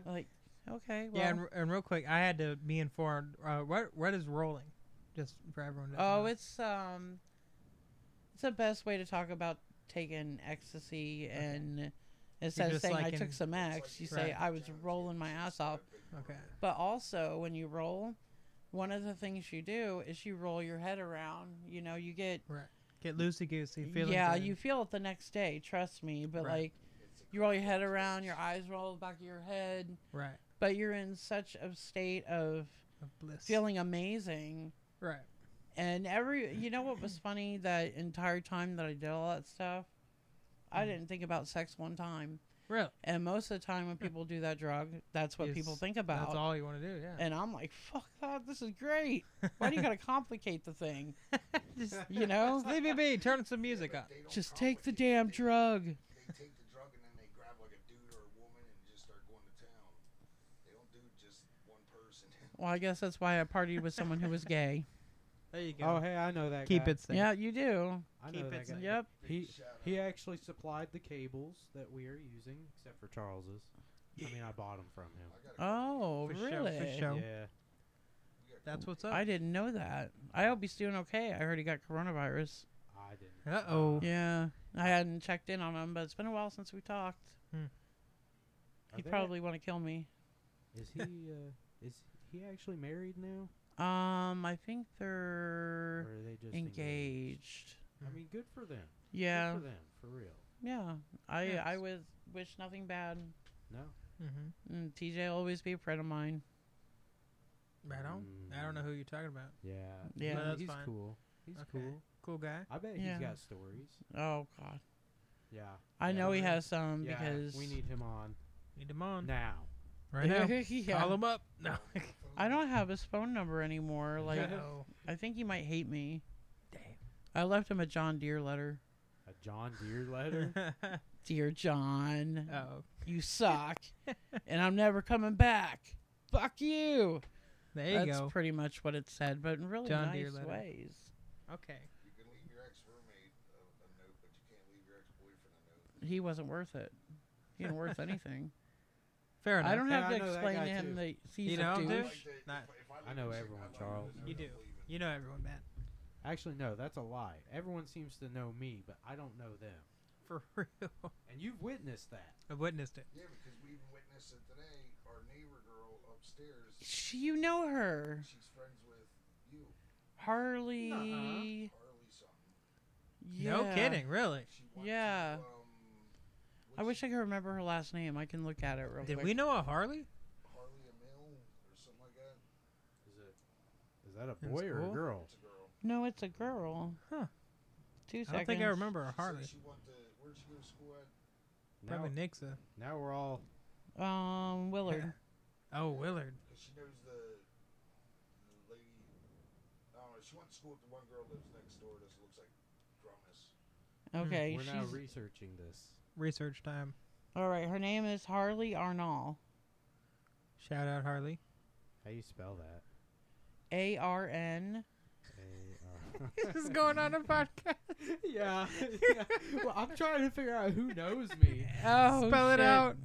Speaker 6: like, okay, well,
Speaker 4: yeah, and, and real quick, I had to be informed. Uh, what what is rolling? Just for everyone. to
Speaker 6: Oh,
Speaker 4: know.
Speaker 6: it's um, it's the best way to talk about taking ecstasy, and instead of
Speaker 4: just
Speaker 6: saying
Speaker 4: like
Speaker 6: I
Speaker 4: in-
Speaker 6: took some X, you say
Speaker 4: Right.
Speaker 6: I was rolling my ass off.
Speaker 4: okay.
Speaker 6: But also, when you roll, one of the things you do is you roll your head around. You know, you get
Speaker 4: Get loosey goosey feeling.
Speaker 6: yeah,
Speaker 4: good.
Speaker 6: you feel it the next day. Trust me. But
Speaker 4: Right.
Speaker 6: like, you roll your head around, your eyes roll back of your head,
Speaker 4: right
Speaker 6: but you're in such a state of
Speaker 4: of bliss
Speaker 6: feeling amazing
Speaker 4: right.
Speaker 6: And every, you know what was funny? That entire time that I did all that stuff, I
Speaker 4: Mm-hmm.
Speaker 6: didn't think about sex one time.
Speaker 4: Really,
Speaker 6: And most of the time when people do that drug, that's what people
Speaker 4: Yes,
Speaker 6: think about.
Speaker 4: that's all you want to do. Yeah.
Speaker 6: And I'm like, fuck that, this is great. Why do you gotta complicate the thing? You know?
Speaker 4: leave me be. Turn some music
Speaker 1: But
Speaker 4: up.
Speaker 1: they don't
Speaker 6: Just take the
Speaker 1: complicate it.
Speaker 6: damn
Speaker 1: They-
Speaker 6: drug.
Speaker 1: They take the drug and then they grab like a dude or a woman and just start going to town. They don't do just one person.
Speaker 6: Well, I guess that's why I partied with someone who was gay.
Speaker 4: There you go.
Speaker 5: Oh, hey, I know that.
Speaker 4: Keep
Speaker 5: guy.
Speaker 4: it safe.
Speaker 6: yeah, you do.
Speaker 5: I know
Speaker 4: keep
Speaker 5: that
Speaker 4: it
Speaker 5: guy.
Speaker 4: safe.
Speaker 6: Yep.
Speaker 5: He
Speaker 1: Shout out.
Speaker 5: he actually supplied the cables that we are using, except for Charles's. I mean, I bought them from him.
Speaker 1: I gotta go.
Speaker 6: Oh,
Speaker 4: For sure, for
Speaker 6: really?
Speaker 4: sure. No.
Speaker 5: Yeah.
Speaker 1: We gotta
Speaker 4: That's
Speaker 1: go.
Speaker 4: what's up.
Speaker 6: I didn't know that. I hope he's doing okay. I heard he got coronavirus.
Speaker 5: I didn't. Uh,
Speaker 4: Uh-oh.
Speaker 6: Yeah, I hadn't checked in on him, but it's been a while since we talked.
Speaker 5: Are
Speaker 6: He'd
Speaker 5: they-
Speaker 6: probably want to kill me.
Speaker 5: Is he? Uh, is he actually married now,
Speaker 6: Um, I think
Speaker 5: or
Speaker 6: they're
Speaker 5: are they just
Speaker 6: engaged.
Speaker 5: I mean, good for them.
Speaker 6: Yeah,
Speaker 5: Good for them, for real.
Speaker 6: yeah. I I
Speaker 4: Yes.
Speaker 6: would wish nothing bad.
Speaker 5: No.
Speaker 4: Mm-hmm.
Speaker 6: Mm, TJ will always be a friend of mine.
Speaker 4: Right on. I don't know who you're talking about.
Speaker 5: Mm, Yeah.
Speaker 6: Yeah.
Speaker 5: no,
Speaker 4: No, that's
Speaker 5: he's
Speaker 4: fine.
Speaker 5: cool. He's
Speaker 4: Okay.
Speaker 5: cool.
Speaker 4: Cool guy.
Speaker 5: I bet
Speaker 6: Yeah.
Speaker 5: he's got stories.
Speaker 6: Oh God,
Speaker 5: Yeah.
Speaker 6: I
Speaker 5: Yeah,
Speaker 6: know he
Speaker 5: we're-
Speaker 6: has some
Speaker 5: yeah,
Speaker 6: because
Speaker 5: we need him on
Speaker 4: Need him on
Speaker 5: now.
Speaker 4: right now.
Speaker 6: Yeah.
Speaker 4: Call him up. No.
Speaker 6: I don't have his phone number anymore. Like
Speaker 4: Uh-oh.
Speaker 6: I think he might hate me.
Speaker 4: Damn.
Speaker 6: I left him a John Deere letter.
Speaker 5: A John Deere letter.
Speaker 6: Dear John,
Speaker 5: Uh.
Speaker 4: oh,
Speaker 6: you suck, and I'm never coming back. Fuck you.
Speaker 4: there you
Speaker 6: That's
Speaker 4: go.
Speaker 6: pretty much what it said, but in really
Speaker 4: John
Speaker 6: nice
Speaker 4: Deere letter.
Speaker 6: ways.
Speaker 4: okay.
Speaker 1: You can leave your ex-roommate a, a note, but you can't leave your ex-boyfriend a note.
Speaker 6: He wasn't worth it. He wasn't worth anything.
Speaker 4: Fair enough.
Speaker 6: I don't
Speaker 5: Yeah,
Speaker 6: have
Speaker 5: I
Speaker 6: to
Speaker 5: know that
Speaker 6: explain
Speaker 5: guy
Speaker 6: to him
Speaker 5: too.
Speaker 6: that he's
Speaker 4: You
Speaker 6: a
Speaker 4: don't,
Speaker 6: douche.
Speaker 4: dude?
Speaker 1: Like that, if
Speaker 4: Not-
Speaker 1: if live
Speaker 5: I know
Speaker 1: in Chick-
Speaker 5: everyone,
Speaker 1: I'd like
Speaker 5: Charles.
Speaker 1: to know
Speaker 4: You
Speaker 1: I'm
Speaker 4: do.
Speaker 1: leaving.
Speaker 4: You know everyone, man.
Speaker 5: Actually, no, that's a lie. Everyone seems to know me, but I don't know them.
Speaker 4: For real.
Speaker 5: And you've witnessed that.
Speaker 4: I've witnessed it.
Speaker 1: Yeah, because we even witnessed it today. Our neighbor girl upstairs,
Speaker 6: Sh- You know her,
Speaker 1: she's friends with you,
Speaker 6: Harley.
Speaker 1: Harley something.
Speaker 4: No
Speaker 6: Yeah.
Speaker 4: kidding, really.
Speaker 1: She went
Speaker 6: Yeah.
Speaker 1: To, um,
Speaker 6: I wish I could remember her last name. I can look at it real
Speaker 4: Did
Speaker 6: quick.
Speaker 4: we know a Harley?
Speaker 1: Harley a mill or something like that.
Speaker 5: Is it? Is that a
Speaker 4: In
Speaker 5: boy or a
Speaker 4: school?
Speaker 5: girl?
Speaker 1: It's a girl.
Speaker 6: No, it's a girl.
Speaker 4: Huh.
Speaker 6: Two seconds.
Speaker 4: I don't think I remember a
Speaker 1: She said
Speaker 4: Harley.
Speaker 1: She went to where'd she go to school at?
Speaker 5: Now,
Speaker 4: Probably Nixa.
Speaker 5: now we're all.
Speaker 6: Um, Willard.
Speaker 4: Oh, Willard.
Speaker 1: Because she knows the, the lady. I don't know. She went to school with the one girl that lives next door. That looks like Grummus.
Speaker 4: Hmm,
Speaker 6: Okay,
Speaker 5: we're now
Speaker 6: she's
Speaker 5: researching this.
Speaker 4: Research time.
Speaker 6: all right. Her name is Harley Arnall.
Speaker 4: Shout out Harley.
Speaker 5: How you spell that?
Speaker 6: A R N.
Speaker 5: A- R-
Speaker 4: this is going on a podcast.
Speaker 5: yeah, yeah. Well, I'm trying to figure out who knows me.
Speaker 6: Oh,
Speaker 4: Spell it
Speaker 6: shit.
Speaker 4: out.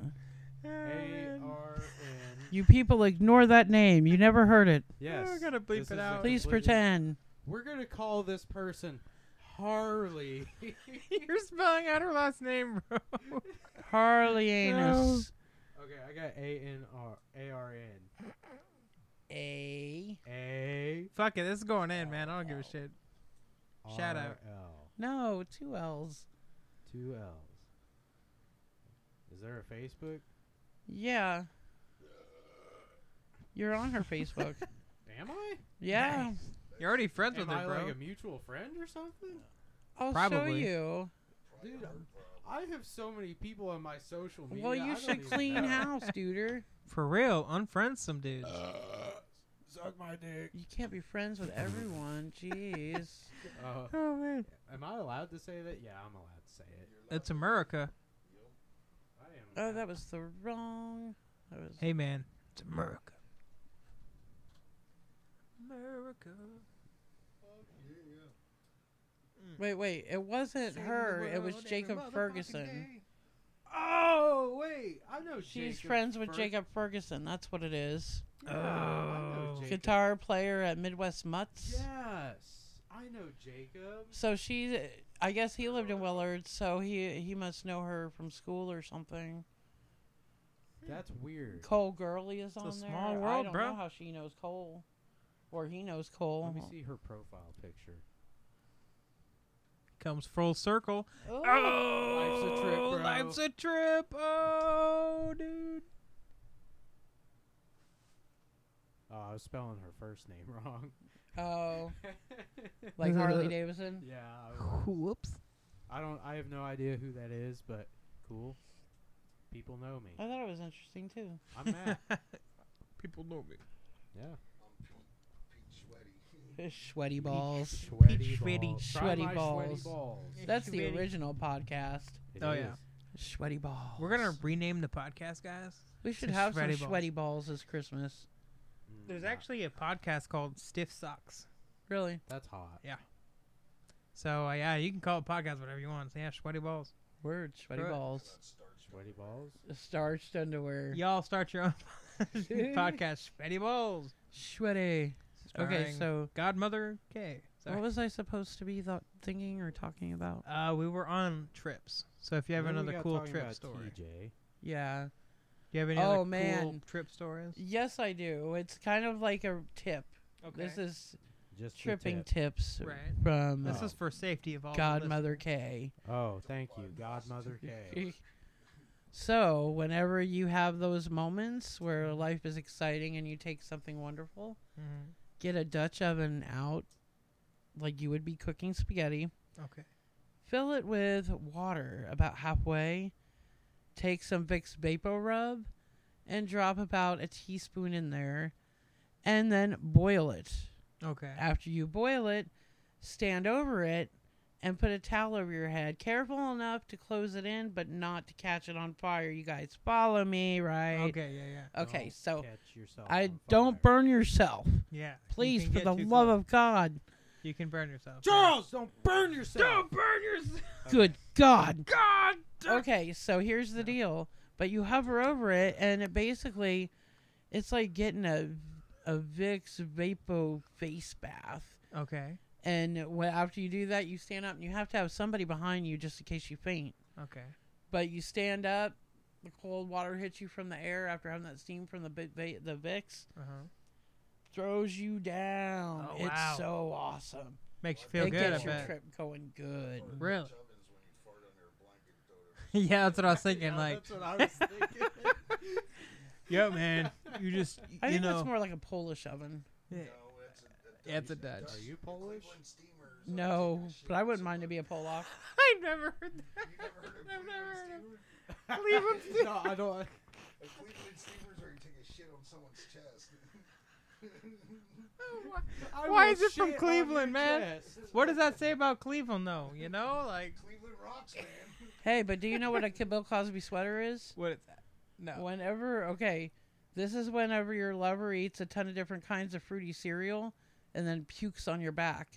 Speaker 4: Oh,
Speaker 5: A R N.
Speaker 6: You people ignore that name. You never heard it.
Speaker 5: Yes.
Speaker 4: We're gonna bleep
Speaker 5: this
Speaker 4: it
Speaker 5: is a
Speaker 4: out.
Speaker 6: Please
Speaker 5: completely-
Speaker 6: pretend.
Speaker 5: We're gonna call this person Harley.
Speaker 4: You're spelling out her last name, bro.
Speaker 6: Harley
Speaker 5: Oh.
Speaker 6: Anus.
Speaker 5: okay, I got A N R A R N
Speaker 6: A.
Speaker 5: A.
Speaker 4: Fuck it, this is going in, man. I don't give a shit. Shout out.
Speaker 5: L.
Speaker 6: No, two L's.
Speaker 5: Two L's. Is there a Facebook?
Speaker 6: Yeah. You're on her Facebook.
Speaker 5: Am I?
Speaker 6: yeah.
Speaker 4: You're already friends
Speaker 5: Am
Speaker 4: with
Speaker 5: I
Speaker 4: her, bro.
Speaker 5: like a mutual friend or something?
Speaker 6: I'll show
Speaker 4: Probably.
Speaker 6: you.
Speaker 1: Probably
Speaker 5: Dude,
Speaker 1: a hard problem.
Speaker 5: I have so many people on my social media.
Speaker 6: well,
Speaker 5: I
Speaker 6: you
Speaker 5: don't
Speaker 6: should
Speaker 5: even
Speaker 6: clean
Speaker 5: know.
Speaker 6: house, duder.
Speaker 4: For real, unfriend some dudes.
Speaker 1: Suck my dick.
Speaker 6: You can't be friends with everyone. Jeez.
Speaker 5: Uh,
Speaker 4: oh man,
Speaker 5: am I allowed to say that? Yeah, I'm allowed to say it.
Speaker 4: it's America.
Speaker 5: I am.
Speaker 6: Oh,
Speaker 5: allowed.
Speaker 6: that was the wrong. That was.
Speaker 4: Hey man, it's America. America.
Speaker 1: fuck yeah.
Speaker 6: Wait, wait. It wasn't
Speaker 4: Saving the
Speaker 6: her. It was
Speaker 4: world every
Speaker 6: Jacob
Speaker 4: motherfucking
Speaker 6: Ferguson.
Speaker 4: day.
Speaker 5: Oh wait, I know.
Speaker 6: She's
Speaker 5: Jacob
Speaker 6: friends with
Speaker 5: Fer-
Speaker 6: Jacob Ferguson. That's what it is.
Speaker 5: Yeah, I know
Speaker 4: Oh.
Speaker 5: Jacob.
Speaker 6: Guitar player at Midwest Mutts.
Speaker 5: Yes, I know Jacob.
Speaker 6: So she, I guess he lived in Willard, so he he must know her from school or something.
Speaker 5: That's weird.
Speaker 6: Cole Gurley is on
Speaker 4: a
Speaker 6: there.
Speaker 4: small
Speaker 6: I
Speaker 4: world,
Speaker 6: don't
Speaker 4: bro.
Speaker 6: know how she knows Cole, or he knows Cole.
Speaker 5: Let me see her profile picture.
Speaker 4: Comes full circle.
Speaker 6: Oh,
Speaker 4: Oh,
Speaker 5: Life's a trip, bro.
Speaker 4: Life's a trip. Oh, dude.
Speaker 5: Oh, I was spelling her first name wrong.
Speaker 6: Oh, like Harley Davidson.
Speaker 5: yeah, I,
Speaker 4: Whoops.
Speaker 5: I don't. I have no idea who that is, but cool. People know
Speaker 6: I
Speaker 5: me.
Speaker 6: thought it was interesting too.
Speaker 5: I'm Matt.
Speaker 4: People know me.
Speaker 5: Yeah.
Speaker 1: I'm Pete, Pete Sweaty.
Speaker 6: Sweaty balls.
Speaker 5: Sweaty,
Speaker 4: sweaty,
Speaker 5: balls. Try
Speaker 6: sweaty
Speaker 5: my
Speaker 6: balls.
Speaker 5: Sweaty balls.
Speaker 6: That's the
Speaker 4: Sweaty.
Speaker 6: original podcast.
Speaker 5: It
Speaker 4: Oh, yeah.
Speaker 5: is.
Speaker 6: Sweaty balls.
Speaker 4: We're gonna rename the podcast, guys.
Speaker 6: We should
Speaker 4: some
Speaker 6: have
Speaker 4: sweaty
Speaker 6: some
Speaker 4: balls.
Speaker 6: sweaty balls this Christmas.
Speaker 5: Mm,
Speaker 4: There's
Speaker 5: nah,
Speaker 4: actually a podcast called Stiff Socks.
Speaker 6: Really?
Speaker 5: That's hot.
Speaker 4: So uh, yeah, you can call it podcast whatever you want. So, yeah, sweaty balls.
Speaker 6: Word. Sweaty
Speaker 4: Right.
Speaker 6: balls.
Speaker 5: Sweaty balls.
Speaker 6: Starched underwear.
Speaker 4: Y'all start your own podcast, sweaty balls.
Speaker 6: Sweaty. Okay,
Speaker 4: Starring
Speaker 6: so
Speaker 4: Godmother K. Sorry.
Speaker 6: what was I supposed to be th- thinking or talking about?
Speaker 4: uh, we were on trips. So if you have
Speaker 5: What do we
Speaker 4: another
Speaker 5: got
Speaker 4: cool
Speaker 5: talking
Speaker 4: trip
Speaker 5: about
Speaker 4: story, do
Speaker 5: TJ.
Speaker 6: Yeah.
Speaker 4: you have any
Speaker 6: Oh,
Speaker 4: other cool
Speaker 6: man.
Speaker 4: trip stories?
Speaker 6: Yes, I do. It's kind of like a tip.
Speaker 4: Okay,
Speaker 6: This is
Speaker 5: Just the
Speaker 6: tripping
Speaker 5: tip.
Speaker 6: tips
Speaker 4: Right.
Speaker 6: from
Speaker 4: This
Speaker 5: Oh.
Speaker 4: is for safety of all. the
Speaker 6: Godmother K.
Speaker 5: Oh, thank you, Godmother K.
Speaker 6: so, whenever you have those moments where life is exciting and you take something wonderful,
Speaker 4: listeners.
Speaker 6: get a Dutch oven out like you would be cooking spaghetti.
Speaker 4: Mhm. Okay.
Speaker 6: Fill it with water about halfway. Take some Vicks Vapor Rub and drop about a teaspoon in there. And then boil it.
Speaker 4: Mm-hmm. Okay.
Speaker 6: After you boil it, stand over it and put a towel over your head. Careful enough to close it in, but not to catch it on fire. You guys follow me, right?
Speaker 4: Okay. Oh, Yeah. Yeah.
Speaker 6: Okay,
Speaker 5: Don't
Speaker 6: so
Speaker 5: catch yourself
Speaker 6: I
Speaker 5: on
Speaker 6: don't
Speaker 5: fire.
Speaker 6: burn yourself.
Speaker 4: Yeah. you
Speaker 6: Please,
Speaker 4: can
Speaker 6: for
Speaker 4: get
Speaker 6: the
Speaker 4: too
Speaker 6: love
Speaker 4: close.
Speaker 6: of God.
Speaker 4: you can burn yourself.
Speaker 5: Charles, don't burn yourself.
Speaker 4: burn yourself.
Speaker 6: Good God.
Speaker 4: God.
Speaker 6: okay, so here's the deal. But you hover over it, and it basically, it's like getting a a Vicks Vapo face bath.
Speaker 4: Okay.
Speaker 6: And when, after you do that, you stand up, and you have to have somebody behind you just in case you faint.
Speaker 4: Okay.
Speaker 6: But you stand up, the cold water hits you from the air after having that steam from the Bi- Va- the Vicks
Speaker 4: Uh huh.
Speaker 6: throws you down.
Speaker 4: Oh,
Speaker 6: it's
Speaker 4: wow.
Speaker 6: so awesome.
Speaker 4: Makes you feel
Speaker 6: it
Speaker 4: good. I
Speaker 6: gets your
Speaker 4: bet.
Speaker 6: trip going good.
Speaker 4: Really?
Speaker 1: Dutch ovens when you fart under a blanket. throw it over.
Speaker 4: yeah, that's what I was thinking. like,
Speaker 5: that's what I was thinking.
Speaker 4: yo, man, you just y-
Speaker 6: I
Speaker 4: you
Speaker 6: think
Speaker 4: know.
Speaker 6: that's more like a Polish oven.
Speaker 4: Yeah.
Speaker 1: No, it's a, a
Speaker 4: Yeah, it's a Dutch.
Speaker 5: Are you Polish?
Speaker 1: Cleveland steamers. I'll
Speaker 6: No,
Speaker 1: take a shit
Speaker 6: but I
Speaker 1: with
Speaker 6: wouldn't mind to
Speaker 1: somebody.
Speaker 6: be a Polak.
Speaker 4: I've never heard that.
Speaker 1: You never heard of
Speaker 4: I've never
Speaker 1: Cleveland
Speaker 4: heard
Speaker 1: steamers?
Speaker 4: of- Cleveland
Speaker 5: no, I don't.
Speaker 1: A Cleveland steamers where you take a shit on someone's chest.
Speaker 5: I
Speaker 4: Why
Speaker 5: will
Speaker 4: is it from
Speaker 5: shit on
Speaker 4: Cleveland,
Speaker 5: your
Speaker 4: man?
Speaker 5: chest.
Speaker 4: What does that say about Cleveland, though? You know, like
Speaker 1: Cleveland rocks, man.
Speaker 6: Hey, but do you know what a K- Bill Cosby sweater is?
Speaker 4: what? Is that? No.
Speaker 6: Whenever, okay, this is whenever your lover eats a ton of different kinds of fruity cereal and then pukes on your back.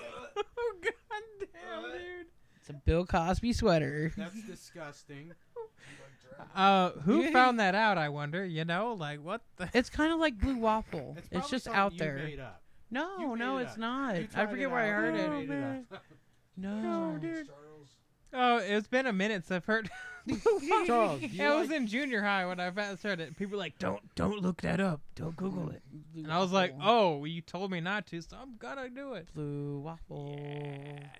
Speaker 4: oh god damn, dude.
Speaker 6: It's a Bill Cosby sweater.
Speaker 5: That's disgusting.
Speaker 1: Like drag-
Speaker 6: Ah,
Speaker 4: Uh, who
Speaker 6: Yeah.
Speaker 4: found that out? I wonder. You know, like what the?
Speaker 6: It's kind of like blue waffle.
Speaker 5: It's,
Speaker 6: It's,
Speaker 5: probably
Speaker 6: just
Speaker 5: something
Speaker 6: out
Speaker 5: you
Speaker 6: there.
Speaker 5: Made up. You
Speaker 6: No,
Speaker 5: made
Speaker 6: no,
Speaker 5: it
Speaker 6: it's
Speaker 5: up.
Speaker 6: not.
Speaker 5: You
Speaker 6: I
Speaker 5: tried
Speaker 6: forget
Speaker 5: it
Speaker 6: where I
Speaker 5: out.
Speaker 6: heard
Speaker 5: You
Speaker 4: Oh,
Speaker 6: it.
Speaker 5: made it up.
Speaker 6: No.
Speaker 4: dude.
Speaker 1: Charles,
Speaker 4: Oh, it's been a minute since I've heard.
Speaker 5: Charles, do you
Speaker 4: I was
Speaker 5: like-
Speaker 4: in junior high when I first heard it. People were like, don't, don't look that up. Don't Google it.
Speaker 6: Blue
Speaker 4: And I was like,
Speaker 6: waffle.
Speaker 4: oh, well, you told me not to, so I'm gonna do it.
Speaker 6: Blue waffle.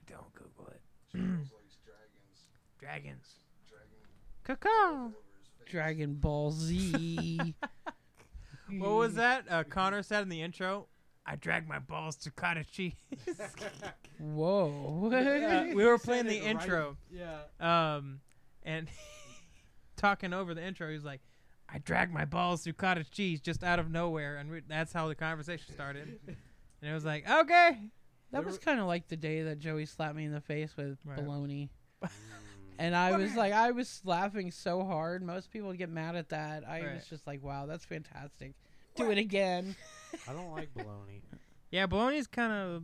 Speaker 4: don't Google it.
Speaker 1: Charles likes dragons.
Speaker 4: Dragons.
Speaker 1: Dragon
Speaker 4: Caca.
Speaker 1: all over his face.
Speaker 6: Dragon Ball Z.
Speaker 4: What was that? Uh, Connor said in the intro. I dragged my balls to cottage cheese.
Speaker 6: Whoa.
Speaker 4: Uh, we
Speaker 5: You
Speaker 4: were
Speaker 5: said
Speaker 4: playing the
Speaker 5: it right.
Speaker 4: intro,
Speaker 5: Yeah.
Speaker 4: um, and talking over the intro, he was like, "I dragged my balls through cottage cheese just out of nowhere," and we, that's how the conversation started. And it was like, "Okay,
Speaker 6: That
Speaker 5: There
Speaker 6: was
Speaker 5: were-
Speaker 6: kind of like the day that Joey slapped me in the face with
Speaker 4: Right.
Speaker 6: baloney. And I was like, I was laughing so hard. Most people would get mad at that. I was
Speaker 4: Right.
Speaker 6: just like, wow, that's fantastic. Do it again.
Speaker 5: I don't like baloney.
Speaker 4: yeah, bologna's kind of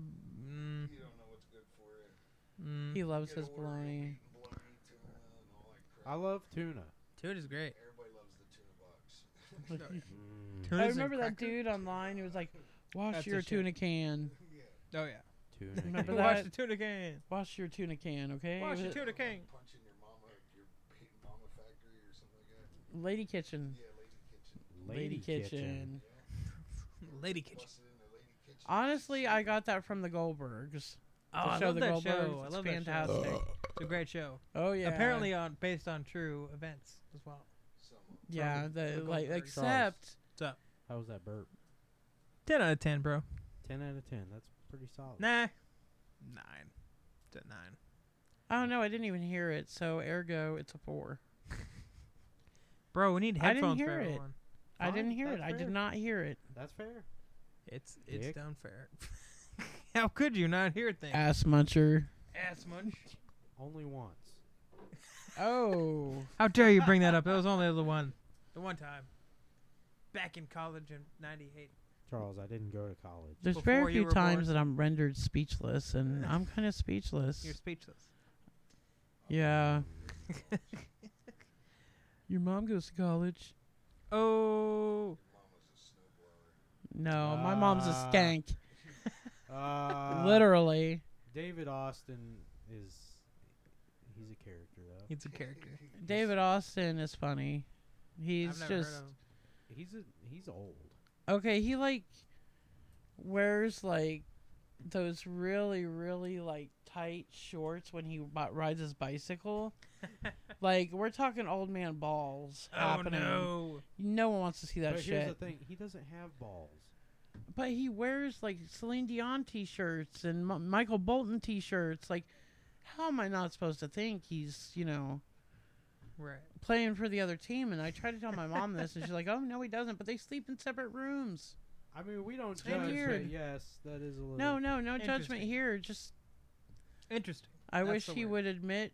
Speaker 4: Mm.
Speaker 6: He loves
Speaker 1: Get
Speaker 6: his
Speaker 1: order of
Speaker 6: bologna.
Speaker 1: meat and bologna, tuna, and all that crap.
Speaker 5: I love tuna.
Speaker 4: Tuna is great.
Speaker 1: Everybody loves the tuna box.
Speaker 4: Tuna's
Speaker 6: I
Speaker 4: and
Speaker 6: remember that
Speaker 4: cracker?
Speaker 6: dude online who was like, "Wash
Speaker 4: That's a
Speaker 6: your
Speaker 4: shame.
Speaker 6: tuna can.
Speaker 4: Oh yeah.
Speaker 5: Tuna.
Speaker 6: Remember
Speaker 5: cake.
Speaker 6: that?
Speaker 4: Watch the tuna can.
Speaker 6: Wash your tuna can, okay?"
Speaker 4: Wash
Speaker 6: Was
Speaker 4: your
Speaker 6: it
Speaker 4: tuna can.
Speaker 1: Punching your mama, your big mama factory or something like that.
Speaker 6: Lady Kitchen.
Speaker 1: Yeah, lady kitchen.
Speaker 6: Lady, kitchen.
Speaker 4: Lady kitchen.
Speaker 1: Busted in the lady kitchen.
Speaker 6: Honestly, I got that from the Goldbergs.
Speaker 4: Oh, I
Speaker 6: show
Speaker 4: love
Speaker 6: the
Speaker 4: that
Speaker 6: Goldbergs,
Speaker 4: show. I
Speaker 6: it's
Speaker 4: love that
Speaker 6: fantastic.
Speaker 4: show. It's a great show.
Speaker 6: Oh yeah.
Speaker 4: Apparently uh, on based on true events as well.
Speaker 1: Someone.
Speaker 6: yeah,
Speaker 4: from
Speaker 6: the,
Speaker 4: the
Speaker 6: like
Speaker 4: Goldbergs.
Speaker 6: except
Speaker 5: How was that burp?
Speaker 4: Ten out of ten, bro.
Speaker 5: Ten out of ten. That's pretty solid.
Speaker 4: Nah. Nine. It's a nine.
Speaker 6: oh no, I didn't even hear it. So ergo, it's a four.
Speaker 4: Bro, we need
Speaker 6: I didn't
Speaker 4: headphones for
Speaker 6: hear it.
Speaker 4: everyone.
Speaker 6: I
Speaker 5: Fine,
Speaker 6: didn't hear it.
Speaker 5: that's
Speaker 6: I did
Speaker 5: fair.
Speaker 6: not hear it.
Speaker 5: That's fair.
Speaker 4: It's it's
Speaker 5: Dick.
Speaker 4: down fair. How could you not hear things?
Speaker 6: Ass muncher.
Speaker 4: Ass munch.
Speaker 5: Only once.
Speaker 6: Oh,
Speaker 4: How dare you bring that up? That was only the one. The one time. Back in college in '98.
Speaker 5: Charles, I didn't go to college.
Speaker 6: there's
Speaker 4: Before
Speaker 6: very
Speaker 4: you
Speaker 6: few
Speaker 4: were
Speaker 6: times
Speaker 4: born.
Speaker 6: that I'm rendered speechless, and I'm kind of speechless.
Speaker 4: You're speechless.
Speaker 6: yeah. Your mom goes to college.
Speaker 4: Oh.
Speaker 6: No, my mom's a
Speaker 5: Ah.
Speaker 6: skank.
Speaker 5: Uh,
Speaker 6: Literally,
Speaker 5: David Austin is. He's a character though.
Speaker 4: It's a character.
Speaker 6: David Austin is funny. He's
Speaker 4: I've never
Speaker 6: just
Speaker 4: heard of him.
Speaker 5: He's a he's old.
Speaker 6: okay. He like wears like those really really like tight shorts when he b- rides his bicycle. like we're talking old man balls happening.
Speaker 4: Oh
Speaker 6: No one wants to see that
Speaker 5: but
Speaker 6: shit.
Speaker 5: here's the thing: he doesn't have balls.
Speaker 6: But he wears like Celine Dion t-shirts and M- Michael Bolton t-shirts. Like, how am I not supposed to think he's you know
Speaker 4: no! Right.
Speaker 6: playing for the other team? And I tried to tell my mom this, and she's like, "Oh no, he doesn't." But they sleep in separate rooms.
Speaker 5: I mean, we don't
Speaker 6: kinda
Speaker 5: judge.
Speaker 6: weird.
Speaker 5: But yes, that is a little.
Speaker 6: No, no, no judgment
Speaker 4: Interesting.
Speaker 6: here. Just
Speaker 4: Interesting.
Speaker 6: I
Speaker 4: That's
Speaker 6: wish
Speaker 4: the
Speaker 6: he
Speaker 4: word.
Speaker 6: would admit